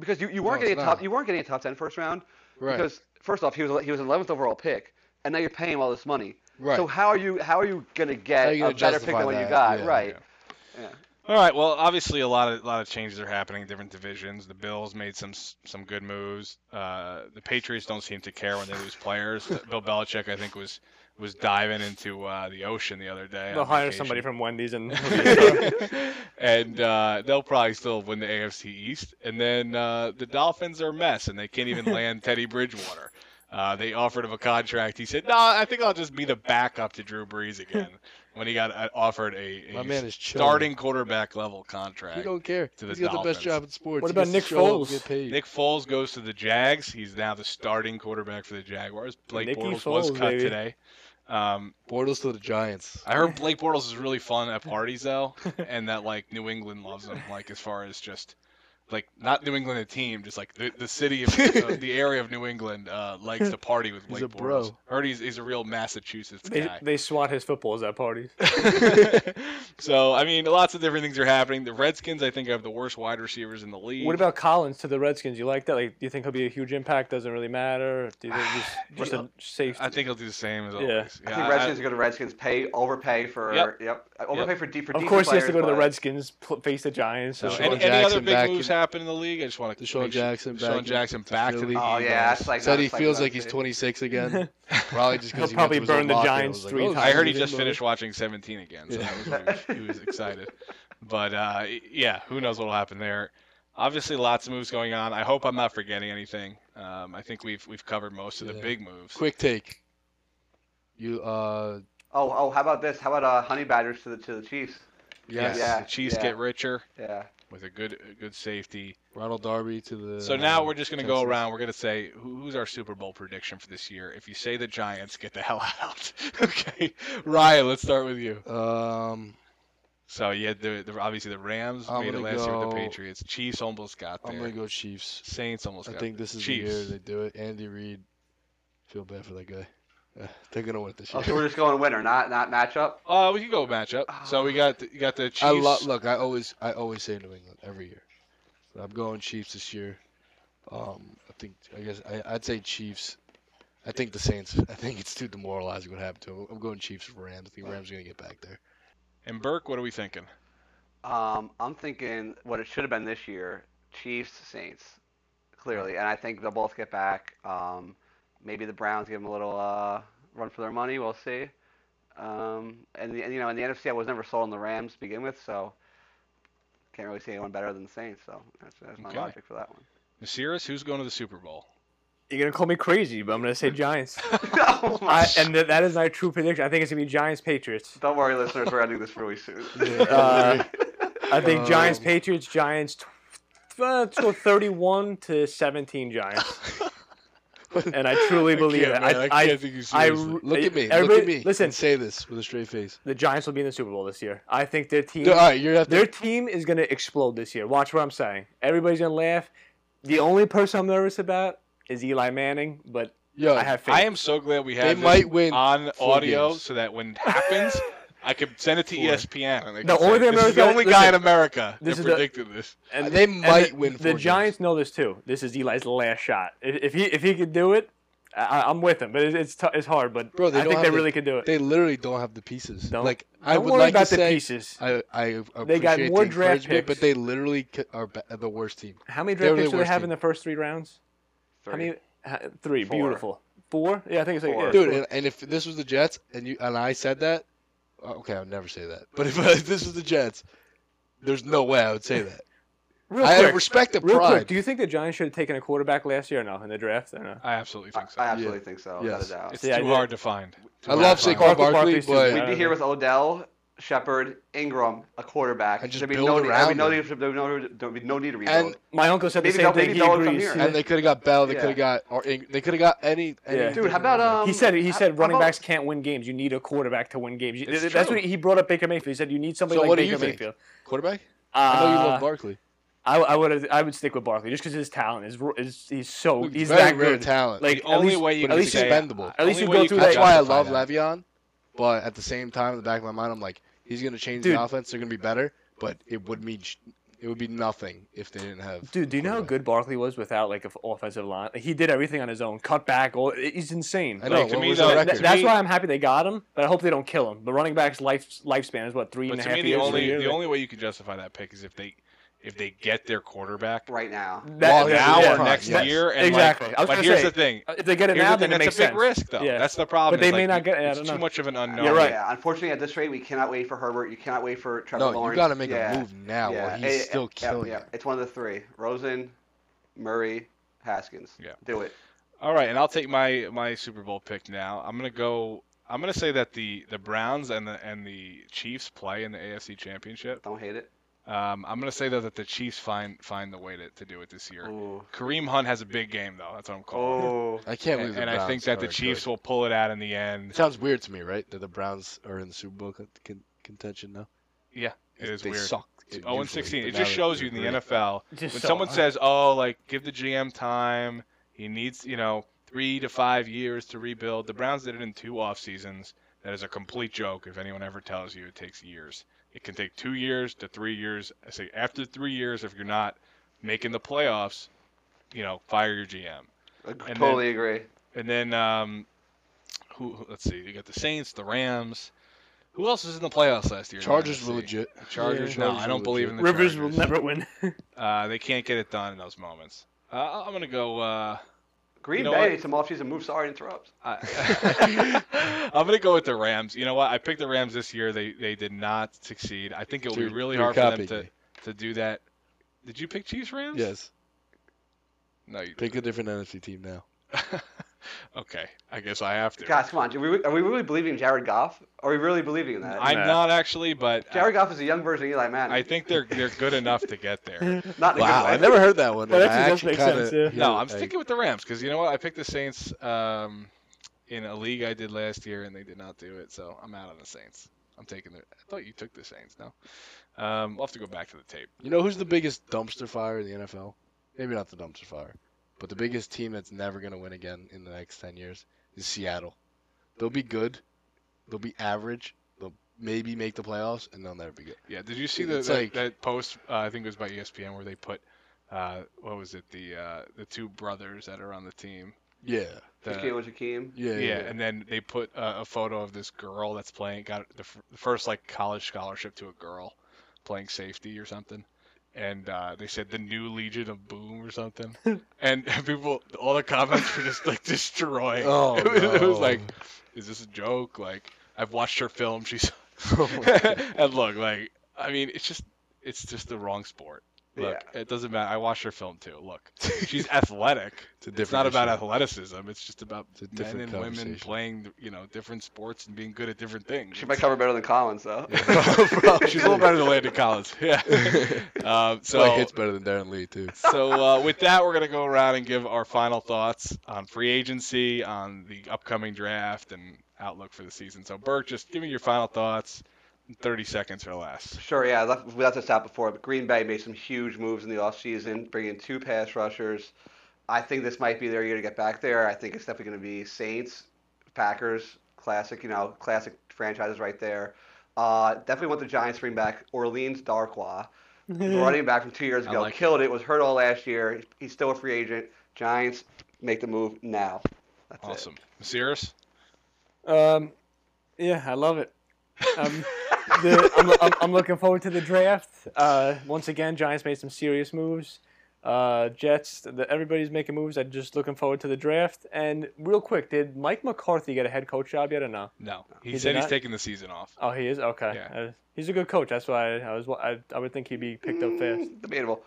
Speaker 2: Because you, you
Speaker 3: No,
Speaker 2: weren't
Speaker 3: it's
Speaker 2: getting a top
Speaker 3: not.
Speaker 2: you weren't getting a top ten first round
Speaker 3: Right.
Speaker 2: because first off he was he was eleventh overall pick and now you're paying all this money.
Speaker 3: right.
Speaker 2: So how are you how are you gonna
Speaker 3: How
Speaker 2: get
Speaker 3: are you gonna
Speaker 2: a better pick
Speaker 3: justify
Speaker 2: than what you
Speaker 3: that?
Speaker 2: got?
Speaker 3: Yeah,
Speaker 2: right.
Speaker 1: All right. Well, obviously, a lot of a lot of changes are happening. Different divisions. The Bills made some s- some good moves. Uh, the Patriots don't seem to care when they lose players. Bill Belichick, I think, was was diving into uh, the ocean the other day.
Speaker 4: They'll
Speaker 1: on
Speaker 4: hire
Speaker 1: vacation.
Speaker 4: somebody from Wendy's and
Speaker 1: and uh, they'll probably still win the AFC East. And then uh, the Dolphins are a mess, and they can't even land Teddy Bridgewater. Uh, they offered him a contract. He said, "No, I think I'll just be the backup to Drew Brees again." when he got uh, offered a,
Speaker 3: My
Speaker 1: a
Speaker 3: man is chilling.
Speaker 1: starting quarterback level contract,
Speaker 3: He don't care.
Speaker 1: to the
Speaker 3: He's got the
Speaker 1: Dolphins.
Speaker 3: best job in sports.
Speaker 4: What
Speaker 3: He
Speaker 4: about
Speaker 3: gets to
Speaker 4: Nick
Speaker 3: show up and
Speaker 4: Foles?
Speaker 3: Get paid.
Speaker 1: Nick Foles goes to the Jags. He's now the starting quarterback for the Jaguars. Blake
Speaker 4: Nicky
Speaker 1: Bortles was
Speaker 4: Foles,
Speaker 1: cut
Speaker 4: baby.
Speaker 1: today. Um,
Speaker 3: Bortles to the Giants.
Speaker 1: I heard Blake Bortles is really fun at parties though, and that like New England loves him. Like as far as just like not New England the team, just like the, the city of uh, the area of New England uh, likes to party with
Speaker 3: He's
Speaker 1: Blake
Speaker 3: a bro.
Speaker 1: Bortles. I heard he's, he's a real Massachusetts
Speaker 4: they,
Speaker 1: guy.
Speaker 4: they swat his footballs at parties.
Speaker 1: so I mean, lots of different things are happening. The Redskins, I think, have the worst wide receivers in the league.
Speaker 4: What about Collins to the Redskins? You like that? Like, do you think he'll be a huge impact? Doesn't really matter. Do you think he's just a safe?
Speaker 1: I think he'll do the same as
Speaker 4: Yeah.
Speaker 1: always.
Speaker 2: I think
Speaker 1: I-
Speaker 2: Redskins are going to Redskins pay overpay for
Speaker 1: Yep.
Speaker 2: yep, overpay for deep for
Speaker 4: of
Speaker 2: decent
Speaker 4: course, he has to
Speaker 2: players,
Speaker 4: go to the
Speaker 2: but-
Speaker 4: Redskins, pl- face the Giants.
Speaker 1: So
Speaker 4: So
Speaker 3: Deshaun
Speaker 1: any, any
Speaker 3: Jackson
Speaker 1: other big
Speaker 3: back
Speaker 1: moves
Speaker 3: in-
Speaker 1: happen in the league? I just want to
Speaker 3: Deshaun Jackson back
Speaker 1: Deshaun
Speaker 3: in-
Speaker 1: Jackson
Speaker 3: to
Speaker 1: back to
Speaker 3: Philly.
Speaker 1: the
Speaker 2: Oh yeah, that's like
Speaker 3: Said
Speaker 2: that's
Speaker 3: he feels like he's
Speaker 2: that's-
Speaker 3: 26 again. Probably just
Speaker 4: He'll
Speaker 3: because
Speaker 4: probably burn the Giants three
Speaker 3: "Oh,
Speaker 4: times.
Speaker 1: I heard he just finished watching 17 again, so
Speaker 3: Yeah.
Speaker 1: that was when he was, he was excited. But uh, y- yeah, who knows what'll happen there? Obviously, lots of moves going on. I hope I'm not forgetting anything. Um, I think we've we've covered most of the
Speaker 3: Yeah.
Speaker 1: big moves.
Speaker 3: Quick take. You uh
Speaker 2: Oh oh, how about this? How about uh, Honey Badgers to the to the Chiefs?
Speaker 3: yes.
Speaker 2: Yeah.
Speaker 1: the Chiefs
Speaker 2: yeah.
Speaker 1: get richer
Speaker 2: Yeah.
Speaker 1: with a good a good safety.
Speaker 3: Ronald Darby to the.
Speaker 1: So now we're just gonna go
Speaker 3: Texans.
Speaker 1: around. We're gonna say who, who's our Super Bowl prediction for this year. If you say the Giants, get the hell out. okay, Ryan, let's start with you.
Speaker 3: Um,
Speaker 1: So yeah, the, the obviously the Rams
Speaker 3: I'm
Speaker 1: made it
Speaker 3: gonna
Speaker 1: last year with the
Speaker 3: go-
Speaker 1: Patriots. Chiefs almost got
Speaker 3: I'm
Speaker 1: there.
Speaker 3: gonna go Chiefs.
Speaker 1: Saints almost
Speaker 3: I
Speaker 1: got
Speaker 3: think this is
Speaker 1: Chiefs.
Speaker 3: the year they do it. Andy Reid. Feel bad for that guy. Uh, They're gonna win it this
Speaker 2: Oh,
Speaker 3: year.
Speaker 2: so we're just going winner, not not matchup.
Speaker 1: Uh, we can go matchup. So we got the, you got the Chiefs.
Speaker 3: I love. Look, I always, I always say New England every year. But I'm going Chiefs this year. Um, I think. I guess I, I'd say Chiefs. I think the Saints. I think it's too demoralizing what happened to them. I'm going Chiefs for Rams. I think Rams are gonna get back there.
Speaker 1: and Burke, what are we thinking?
Speaker 2: Um, I'm thinking what it should have been this year: Chiefs, Saints, clearly, and I think they'll both get back. Um, maybe the Browns give them a little uh, run for their money. We'll see. Um, and, the, and you know, in the NFC, I was never sold on the Rams to begin with, so can't really see anyone better than the Saints. So that's, that's my
Speaker 1: Okay.
Speaker 2: logic for that one.
Speaker 1: Nasiris, who's going to the Super Bowl?
Speaker 4: you're gonna call me crazy, but I'm gonna say Giants.
Speaker 2: oh my.
Speaker 4: I, and that that is my true prediction. I think it's gonna be Giants Patriots.
Speaker 2: Don't worry, listeners, we're gonna do this really soon.
Speaker 4: Uh, I think
Speaker 2: Oh.
Speaker 4: Giants
Speaker 3: Um,
Speaker 4: Patriots Giants. Tw- uh, tw- 31 to 17 Giants. And I truly believe
Speaker 3: can't,
Speaker 4: it.
Speaker 3: man.
Speaker 4: I-
Speaker 3: I,
Speaker 4: I-
Speaker 3: can't think you
Speaker 4: I-
Speaker 3: seriously. look at me. Look at
Speaker 4: everybody-
Speaker 3: me.
Speaker 4: listen.
Speaker 3: and say this with a straight face.
Speaker 4: The Giants will be in the Super Bowl this year. I think their team
Speaker 3: all right, you're gonna have to.
Speaker 4: Their team is going to explode this year. Watch what I'm saying. Everybody's going to laugh. The only person I'm nervous about is Eli Manning, but
Speaker 3: Yo,
Speaker 4: I have Uh, faith.
Speaker 1: I am so glad we have
Speaker 3: They
Speaker 1: this
Speaker 3: might win
Speaker 1: on
Speaker 3: four
Speaker 1: audio
Speaker 3: games.
Speaker 1: so that when it happens, I can send it to E ESPN. And they
Speaker 4: The
Speaker 1: can
Speaker 4: only
Speaker 1: say,
Speaker 4: thing
Speaker 1: this is the
Speaker 4: America-
Speaker 1: only guy in
Speaker 4: listen,
Speaker 1: America that
Speaker 4: this is the-
Speaker 1: predicted this.
Speaker 4: and
Speaker 3: they
Speaker 4: and
Speaker 3: might
Speaker 4: the,
Speaker 3: win
Speaker 4: The
Speaker 3: four games.
Speaker 4: Giants know this too. This is Eli's last shot. If, if he if he could do it, I, I'm with him. But it, it's t- it's hard. But
Speaker 3: Bro, they
Speaker 4: I
Speaker 3: don't
Speaker 4: think
Speaker 3: have
Speaker 4: they
Speaker 3: the-
Speaker 4: really could do it.
Speaker 3: they literally don't have the pieces.
Speaker 4: Don't-
Speaker 3: like I
Speaker 4: Don't
Speaker 3: would
Speaker 4: worry
Speaker 3: like
Speaker 4: about
Speaker 3: to
Speaker 4: the
Speaker 3: say,
Speaker 4: pieces.
Speaker 3: I I appreciate
Speaker 4: They got more
Speaker 3: the
Speaker 4: draft
Speaker 3: encouragement, but
Speaker 4: picks.
Speaker 3: they literally ca- are ba- the worst team.
Speaker 4: How many
Speaker 3: they're
Speaker 4: draft
Speaker 3: the
Speaker 4: picks do they
Speaker 3: worst
Speaker 4: have
Speaker 3: team.
Speaker 4: in the first three rounds? How
Speaker 2: Three.
Speaker 4: many? ha- Three.
Speaker 2: Four.
Speaker 4: Beautiful. Four? Yeah, I think it's like
Speaker 2: Four.
Speaker 4: yeah,
Speaker 3: Dude,
Speaker 4: four.
Speaker 3: and, and if this was the Jets and you and I said that, uh, okay, I would never say that. But if, if this was the Jets, There's no way I would say that.
Speaker 4: Real
Speaker 3: I
Speaker 4: quick,
Speaker 3: respect the
Speaker 4: real quick,
Speaker 3: pride.
Speaker 4: do you think the Giants should have taken a quarterback last year or no in the draft? Or no?
Speaker 1: I absolutely
Speaker 2: I,
Speaker 1: think so.
Speaker 2: I absolutely think so.
Speaker 3: Yes.
Speaker 2: Without a
Speaker 1: it's
Speaker 2: doubt.
Speaker 4: See, I
Speaker 1: too
Speaker 4: did-
Speaker 1: hard to find.
Speaker 3: I love
Speaker 1: Saquon
Speaker 3: Saquon Barkley,
Speaker 4: Barkley's too
Speaker 3: but
Speaker 4: bad.
Speaker 2: We'd be here with Odell, Shepard, Ingram, a quarterback.
Speaker 3: And just
Speaker 2: there'd be
Speaker 3: build
Speaker 2: no need,
Speaker 3: around
Speaker 2: there'd be no
Speaker 3: him.
Speaker 2: need, there'd be no, there'd be no need to rebuild.
Speaker 3: And-
Speaker 4: My uncle said the
Speaker 2: Maybe
Speaker 4: same
Speaker 2: they'll-
Speaker 4: thing.
Speaker 2: maybe
Speaker 4: He
Speaker 2: they'll come
Speaker 4: agrees.
Speaker 2: here.
Speaker 4: He-
Speaker 3: and they could have got Bell. They
Speaker 2: Yeah.
Speaker 3: could have got or Ing- they could have got any. any
Speaker 4: Yeah.
Speaker 2: Dude, how about um?
Speaker 4: he said he said
Speaker 2: how-
Speaker 4: running
Speaker 2: how about-
Speaker 4: backs can't win games. You need a quarterback to win games. You-
Speaker 3: It's
Speaker 4: That's
Speaker 3: true.
Speaker 4: what he brought up Baker Mayfield. He said you need somebody
Speaker 3: So
Speaker 4: like
Speaker 3: what do
Speaker 4: Baker
Speaker 3: you think?
Speaker 4: Mayfield.
Speaker 3: quarterback?
Speaker 4: Uh,
Speaker 3: I know you love Barkley.
Speaker 4: I, I would I would stick with Barkley just because his talent is, is he's so he's
Speaker 3: very
Speaker 4: that
Speaker 3: rare
Speaker 4: good.
Speaker 3: talent.
Speaker 4: Like
Speaker 1: The only
Speaker 4: at least,
Speaker 1: way you
Speaker 4: at
Speaker 1: can
Speaker 4: least
Speaker 1: say
Speaker 3: expendable. At
Speaker 1: only
Speaker 4: least you
Speaker 1: way
Speaker 4: go through
Speaker 3: That's
Speaker 4: that-
Speaker 3: why I
Speaker 1: justify
Speaker 3: love
Speaker 1: that-
Speaker 3: Le'Veon, but at the same time, in the back of my mind, I'm like, he's gonna change
Speaker 4: Dude.
Speaker 3: the offense. They're gonna be better, but it would mean sh- it would be nothing if they didn't have.
Speaker 4: Dude, do you know how
Speaker 3: quarterback.
Speaker 4: good Barkley was without like an offensive line? Like, he did everything on his own, cut back. All, he's insane.
Speaker 3: I know.
Speaker 1: Like,
Speaker 4: Like,
Speaker 1: to
Speaker 3: what
Speaker 1: me,
Speaker 3: was
Speaker 1: though,
Speaker 3: the
Speaker 4: th-
Speaker 3: record?
Speaker 1: to
Speaker 4: that's
Speaker 1: me-
Speaker 4: why I'm happy they got him, but I hope they don't kill him. The running back's life lifespan is what three
Speaker 1: But
Speaker 4: and a
Speaker 1: to
Speaker 4: half
Speaker 1: me, the
Speaker 4: years.
Speaker 1: only
Speaker 4: year,
Speaker 1: the
Speaker 4: right?
Speaker 1: only way you can justify that pick is if they if they get their quarterback
Speaker 2: right now.
Speaker 3: Well,
Speaker 4: that-
Speaker 1: now
Speaker 3: yeah.
Speaker 1: or next
Speaker 3: Yes.
Speaker 1: year. And
Speaker 4: Exactly.
Speaker 1: Like,
Speaker 4: I was
Speaker 1: but
Speaker 4: gonna
Speaker 1: here's
Speaker 4: say,
Speaker 1: the thing.
Speaker 4: if they get it
Speaker 1: Here's
Speaker 4: now,
Speaker 1: the thing.
Speaker 4: then it
Speaker 1: That's a big
Speaker 4: makes sense.
Speaker 1: risk, though.
Speaker 4: Yeah.
Speaker 1: That's the problem.
Speaker 4: But they
Speaker 1: is,
Speaker 4: may
Speaker 1: like,
Speaker 4: not
Speaker 1: you-
Speaker 4: get it. I
Speaker 1: It's
Speaker 4: don't
Speaker 1: too
Speaker 4: know.
Speaker 1: much of an unknown.
Speaker 4: You're right.
Speaker 2: Yeah, unfortunately, at this rate, we cannot wait for Herbert. You cannot wait for Trevor
Speaker 3: No, you
Speaker 2: Lawrence.
Speaker 3: got to make
Speaker 2: Yeah,
Speaker 3: a move now while he's
Speaker 2: it-
Speaker 3: still
Speaker 2: it- yeah,
Speaker 3: killing
Speaker 2: yeah.
Speaker 3: it.
Speaker 2: It's one of the three: Rosen, Murray, Haskins.
Speaker 1: Yeah.
Speaker 2: Do it.
Speaker 1: All right, and I'll take my my Super Bowl pick now. I'm gonna go. I'm gonna say that the the Browns and the and the Chiefs play in the AFC Championship.
Speaker 2: Don't hate it.
Speaker 1: Um, I'm gonna say though that the Chiefs find find the way to, to do it this year.
Speaker 2: Ooh.
Speaker 1: Kareem Hunt has a big game though. That's what I'm calling. it.
Speaker 2: Oh.
Speaker 3: I can't believe.
Speaker 1: And,
Speaker 3: the
Speaker 1: and I
Speaker 3: Browns
Speaker 1: think that
Speaker 3: are
Speaker 1: the
Speaker 3: good.
Speaker 1: Chiefs will pull it out in the
Speaker 3: It
Speaker 1: end.
Speaker 3: sounds weird to me, right? That the Browns are in the Super Bowl con- con- contention now.
Speaker 1: Yeah, it is
Speaker 3: they
Speaker 1: weird.
Speaker 3: Suck.
Speaker 1: 0 Oh, and 16. It just shows you in the NFL
Speaker 4: Just
Speaker 1: when
Speaker 4: so-
Speaker 1: someone says, "Oh, like give the GM time. He needs, you know, three to five years to rebuild." The Browns did it in two off seasons. That is a complete joke. If anyone ever tells you it takes years, it can take two years to three years. I say after three years, if you're not making the playoffs, you know, fire your GM.
Speaker 2: I
Speaker 1: then-
Speaker 2: totally agree.
Speaker 1: And then, um, who? who- Let's see. You got the Saints, the Rams. Who else was in the playoffs last year? in the
Speaker 3: Chargers were
Speaker 1: NFC?
Speaker 3: legit.
Speaker 1: Chargers.
Speaker 3: Yeah.
Speaker 1: no,
Speaker 3: Chargers
Speaker 1: I
Speaker 3: were
Speaker 1: don't believe
Speaker 3: legit.
Speaker 1: in the
Speaker 4: Rivers will
Speaker 1: Chargers.
Speaker 4: never win.
Speaker 1: Uh, they can't get it done in those moments. Uh, I'm gonna go. Uh,
Speaker 2: Green
Speaker 1: You know
Speaker 2: Bay,
Speaker 1: what?
Speaker 2: some offseason moves. Sorry, interrupts.
Speaker 1: I, I'm gonna go with the Rams. You know what? I picked the Rams this year. They they did not succeed. I think it will be
Speaker 3: You're-
Speaker 1: really
Speaker 3: you're
Speaker 1: hard for them
Speaker 3: copying
Speaker 1: to,
Speaker 3: me.
Speaker 1: to do that. Did you pick Chiefs Rams?
Speaker 3: Yes.
Speaker 1: No, you
Speaker 3: Pick
Speaker 1: didn't.
Speaker 3: a different NFC team now.
Speaker 1: okay, I guess I have to.
Speaker 2: Guys, come on. Are we, are we really believing in Jared Goff? Are we really believing in that?
Speaker 1: I'm
Speaker 4: Nah.
Speaker 1: not actually, but I,
Speaker 2: Jared Goff is a young version of Eli Manning.
Speaker 1: I think they're they're good enough to get there.
Speaker 2: Not in a
Speaker 3: Wow, I
Speaker 2: good way.
Speaker 3: never heard that one.
Speaker 4: Well,
Speaker 3: and
Speaker 4: that
Speaker 3: I
Speaker 4: does
Speaker 3: actually
Speaker 4: make
Speaker 3: kinda
Speaker 4: sense, yeah.
Speaker 3: hear
Speaker 1: No,
Speaker 3: it,
Speaker 1: I'm
Speaker 3: like,
Speaker 1: sticking with the Rams because you know what? I picked the Saints um, in a league I did last year, and they did not do it, so I'm out on the Saints. I'm taking the. I thought you took the Saints. No, um, we'll have to go back to the tape.
Speaker 3: You know who's the biggest dumpster fire in the NFL? Maybe not the dumpster fire, but the biggest team that's never going to win again in the next 10 years is Seattle. They'll be good, they'll be average, they'll maybe make the playoffs, and they'll never be good.
Speaker 1: Yeah, did you see
Speaker 3: Dude,
Speaker 1: the,
Speaker 3: it's
Speaker 1: that,
Speaker 3: like-
Speaker 1: that post? Uh, I think it was by ESPN where they put uh, what was it? The uh, the two brothers that are on the team.
Speaker 3: Yeah.
Speaker 1: The-
Speaker 2: Shaquille and Shaquem.
Speaker 3: Yeah.
Speaker 1: yeah, and then they put uh, a photo of this girl that's playing got the, f- the first like college scholarship to a girl playing safety or something. And uh, they said the new Legion of Boom or something, and people, all the comments were just like destroying.
Speaker 3: Oh,
Speaker 1: it, was, it was
Speaker 3: no.
Speaker 1: like, is this a joke? Like, I've watched her film. She's
Speaker 3: Oh my God.
Speaker 1: and look, like I mean, it's just it's just the wrong sport. Look, it doesn't matter. I watched her film too. Look, she's athletic.
Speaker 3: It's a different
Speaker 1: It's not about
Speaker 3: issue.
Speaker 1: athleticism. It's just about
Speaker 3: It's a
Speaker 1: men
Speaker 3: different
Speaker 1: and women
Speaker 3: conversation.
Speaker 1: playing, you know, different sports and being good at different things.
Speaker 2: She might cover better than Collins, though.
Speaker 3: Probably.
Speaker 1: She's a little better than Landon Collins. Yeah. um, so
Speaker 3: Probably hits better than Darren Lee, too.
Speaker 1: so uh, with that, we're gonna go around and give our final thoughts on free agency, on the upcoming draft, and outlook for the season. So Burke, just give me your final thoughts, in 30 seconds or less.
Speaker 2: Sure, yeah, that, we left this out before, but Green Bay made some huge moves in the offseason, bringing two pass rushers. I think this might be their year to get back there. I think it's definitely going to be Saints, Packers, classic, you know, classic franchises right there. Uh, definitely want the Giants to bring back Orleans Darkwa,
Speaker 4: Mm-hmm.
Speaker 2: the running back from two years
Speaker 1: I
Speaker 2: ago.
Speaker 1: like it.
Speaker 2: Killed it. was hurt all last year. He's still a free agent. Giants, make the move now. That's it.
Speaker 1: Awesome, Masiris.
Speaker 4: Um, yeah, I love it. Um, the, I'm, I'm, I'm looking forward to the draft. Uh, once again, Giants made some serious moves. Uh, Jets, the, everybody's making moves. I'm just looking forward to the draft. And real quick, did Mike McCarthy get a head coach job yet or no?
Speaker 1: No, he,
Speaker 4: He did
Speaker 1: said he's
Speaker 4: not?
Speaker 1: taking the season off.
Speaker 4: Oh, he is okay.
Speaker 1: Yeah.
Speaker 4: Uh, he's a good coach. That's why I, I was. I, I would think he'd be picked up fast.
Speaker 2: Mm, Debatable.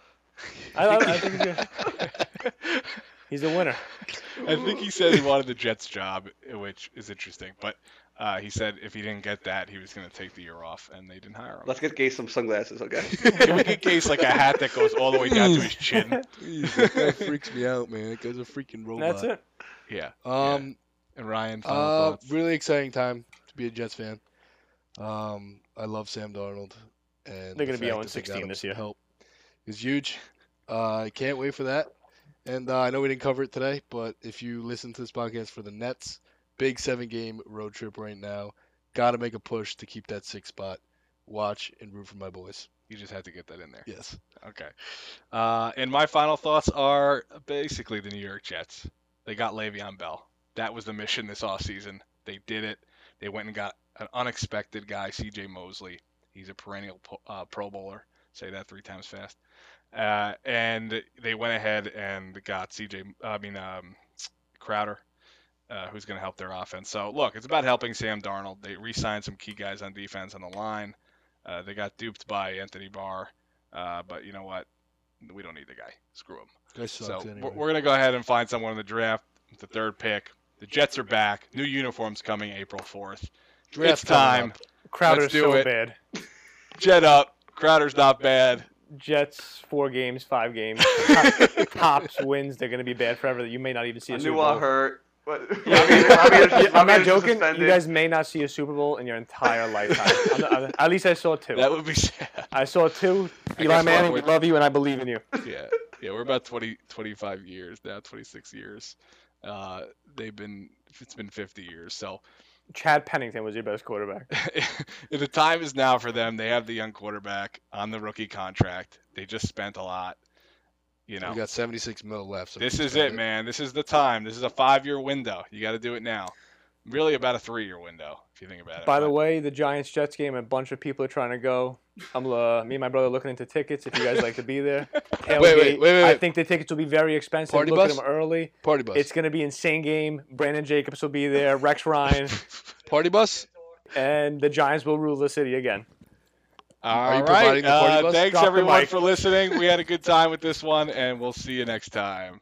Speaker 4: I, I, I think he's, good. he's a winner.
Speaker 1: I think he said he wanted the Jets job, which is interesting. But uh, he said if he didn't get that, he was going to take the year off, and they didn't hire him.
Speaker 2: Let's get Gay some sunglasses, okay?
Speaker 1: Can we get Gase like a hat that goes all the way down to his chin?
Speaker 3: Jeez, that guy freaks me out, man. That guy's a freaking robot.
Speaker 1: uh,
Speaker 4: That's it.
Speaker 1: Yeah.
Speaker 3: Um,
Speaker 1: And Ryan, final
Speaker 3: Uh,
Speaker 1: thoughts.
Speaker 3: really exciting time to be a Jets fan. Um, I love Sam Darnold, and
Speaker 4: They're gonna
Speaker 3: the
Speaker 4: be
Speaker 3: fact
Speaker 4: 0
Speaker 3: that they got
Speaker 4: 16
Speaker 3: him
Speaker 4: this
Speaker 3: some
Speaker 4: year.
Speaker 3: Help is huge. Uh, I can't wait for that. And uh, I know we didn't cover it today, but if you listen to this podcast for the Nets, big seven game road trip right now. Got to make a push to keep that sixth spot. Watch and root for my boys.
Speaker 1: You just had to get that in there.
Speaker 3: Yes.
Speaker 1: Okay. Uh, and my final thoughts are basically the New York Jets. They got Le'Veon Bell. That was the mission this offseason. They did it. They went and got an unexpected guy, C.J. Mosley. He's a perennial po- uh, Pro Bowler. Say that three times fast. Uh, and they went ahead and got C.J. M- I mean um, Crowder, uh, who's going to help their offense. So look, it's about helping Sam Darnold. They re-signed some key guys on defense on the line. Uh, they got duped by Anthony Barr. Uh, but you know what? We don't need the guy. Screw him.
Speaker 3: Guys
Speaker 1: So
Speaker 3: sucks anyway.
Speaker 1: we're, we're going to go ahead and find someone in the draft, with the third pick. The Jets are back. New uniforms coming April 4th.
Speaker 3: Draft
Speaker 1: it's time.
Speaker 4: Crowder's
Speaker 1: Let's do
Speaker 4: so
Speaker 1: it.
Speaker 4: bad.
Speaker 1: Jet up. Crowder's not bad.
Speaker 4: Jets four games, five games. Tops wins. They're gonna be bad forever. You may not even see a
Speaker 2: I
Speaker 4: Super
Speaker 2: knew
Speaker 4: Bowl.
Speaker 2: I hurt. But,
Speaker 4: I'm not joking. You guys may not see a Super Bowl in your entire lifetime. I'm not- I'm- at least I saw two.
Speaker 1: That would be sad.
Speaker 4: I saw two.
Speaker 1: I
Speaker 4: Eli
Speaker 1: guess
Speaker 4: Manning,
Speaker 1: I'll
Speaker 4: we
Speaker 1: wait.
Speaker 4: love you and I believe in you.
Speaker 1: yeah. Yeah, we're about 20, 25 years now, 26 years. Uh, they've been, it's been 50 years. So
Speaker 4: Chad Pennington was your best quarterback.
Speaker 1: the time is now for them. They have the young quarterback on the rookie contract. They just spent a lot. You know,
Speaker 3: We got 76 mil left. So
Speaker 1: This
Speaker 3: keep
Speaker 1: is
Speaker 3: at
Speaker 1: it, man. This is the time. This is a five-year window. You got to do it now. Really, about a three-year window, if you think about it.
Speaker 4: By the
Speaker 1: But
Speaker 4: way, the Giants Jets game, a bunch of people are trying to go. I'm uh, me and my brother looking into tickets. If you guys like to be there, Tailgate.
Speaker 3: wait, wait, wait,
Speaker 4: I
Speaker 3: wait.
Speaker 4: think the tickets will be very expensive.
Speaker 3: Party
Speaker 4: Look
Speaker 3: bus?
Speaker 4: at them early.
Speaker 3: Party bus.
Speaker 4: It's gonna be insane game. Brandon Jacobs will be there. Rex Ryan
Speaker 3: Party bus.
Speaker 4: and the Giants will rule the city again.
Speaker 1: All
Speaker 3: you
Speaker 1: right.
Speaker 3: providing the party
Speaker 1: uh,
Speaker 3: bus?
Speaker 1: thanks
Speaker 4: Drop the
Speaker 1: everyone
Speaker 4: mic.
Speaker 1: for listening. We had a good time with this one, and we'll see you next time.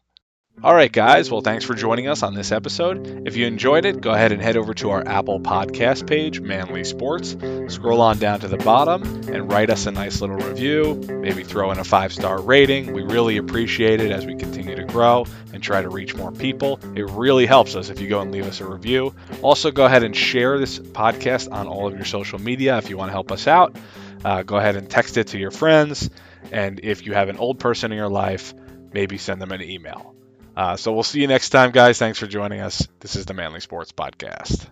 Speaker 1: All right, guys. Well, thanks for joining us on this episode. If you enjoyed it, go ahead and head over to our Apple Podcast page, Manly Sports. Scroll on down to the bottom and write us a nice little review. Maybe throw in a five star rating. We really appreciate it as we continue to grow and try to reach more people. It really helps us if you go and leave us a review. Also, go ahead and share this podcast on all of your social media if you want to help us out. Uh, go ahead and text it to your friends. And if you have an old person in your life, maybe send them an email. Uh, so we'll see you next time, guys. Thanks for joining us. This is the Manly Sports Podcast.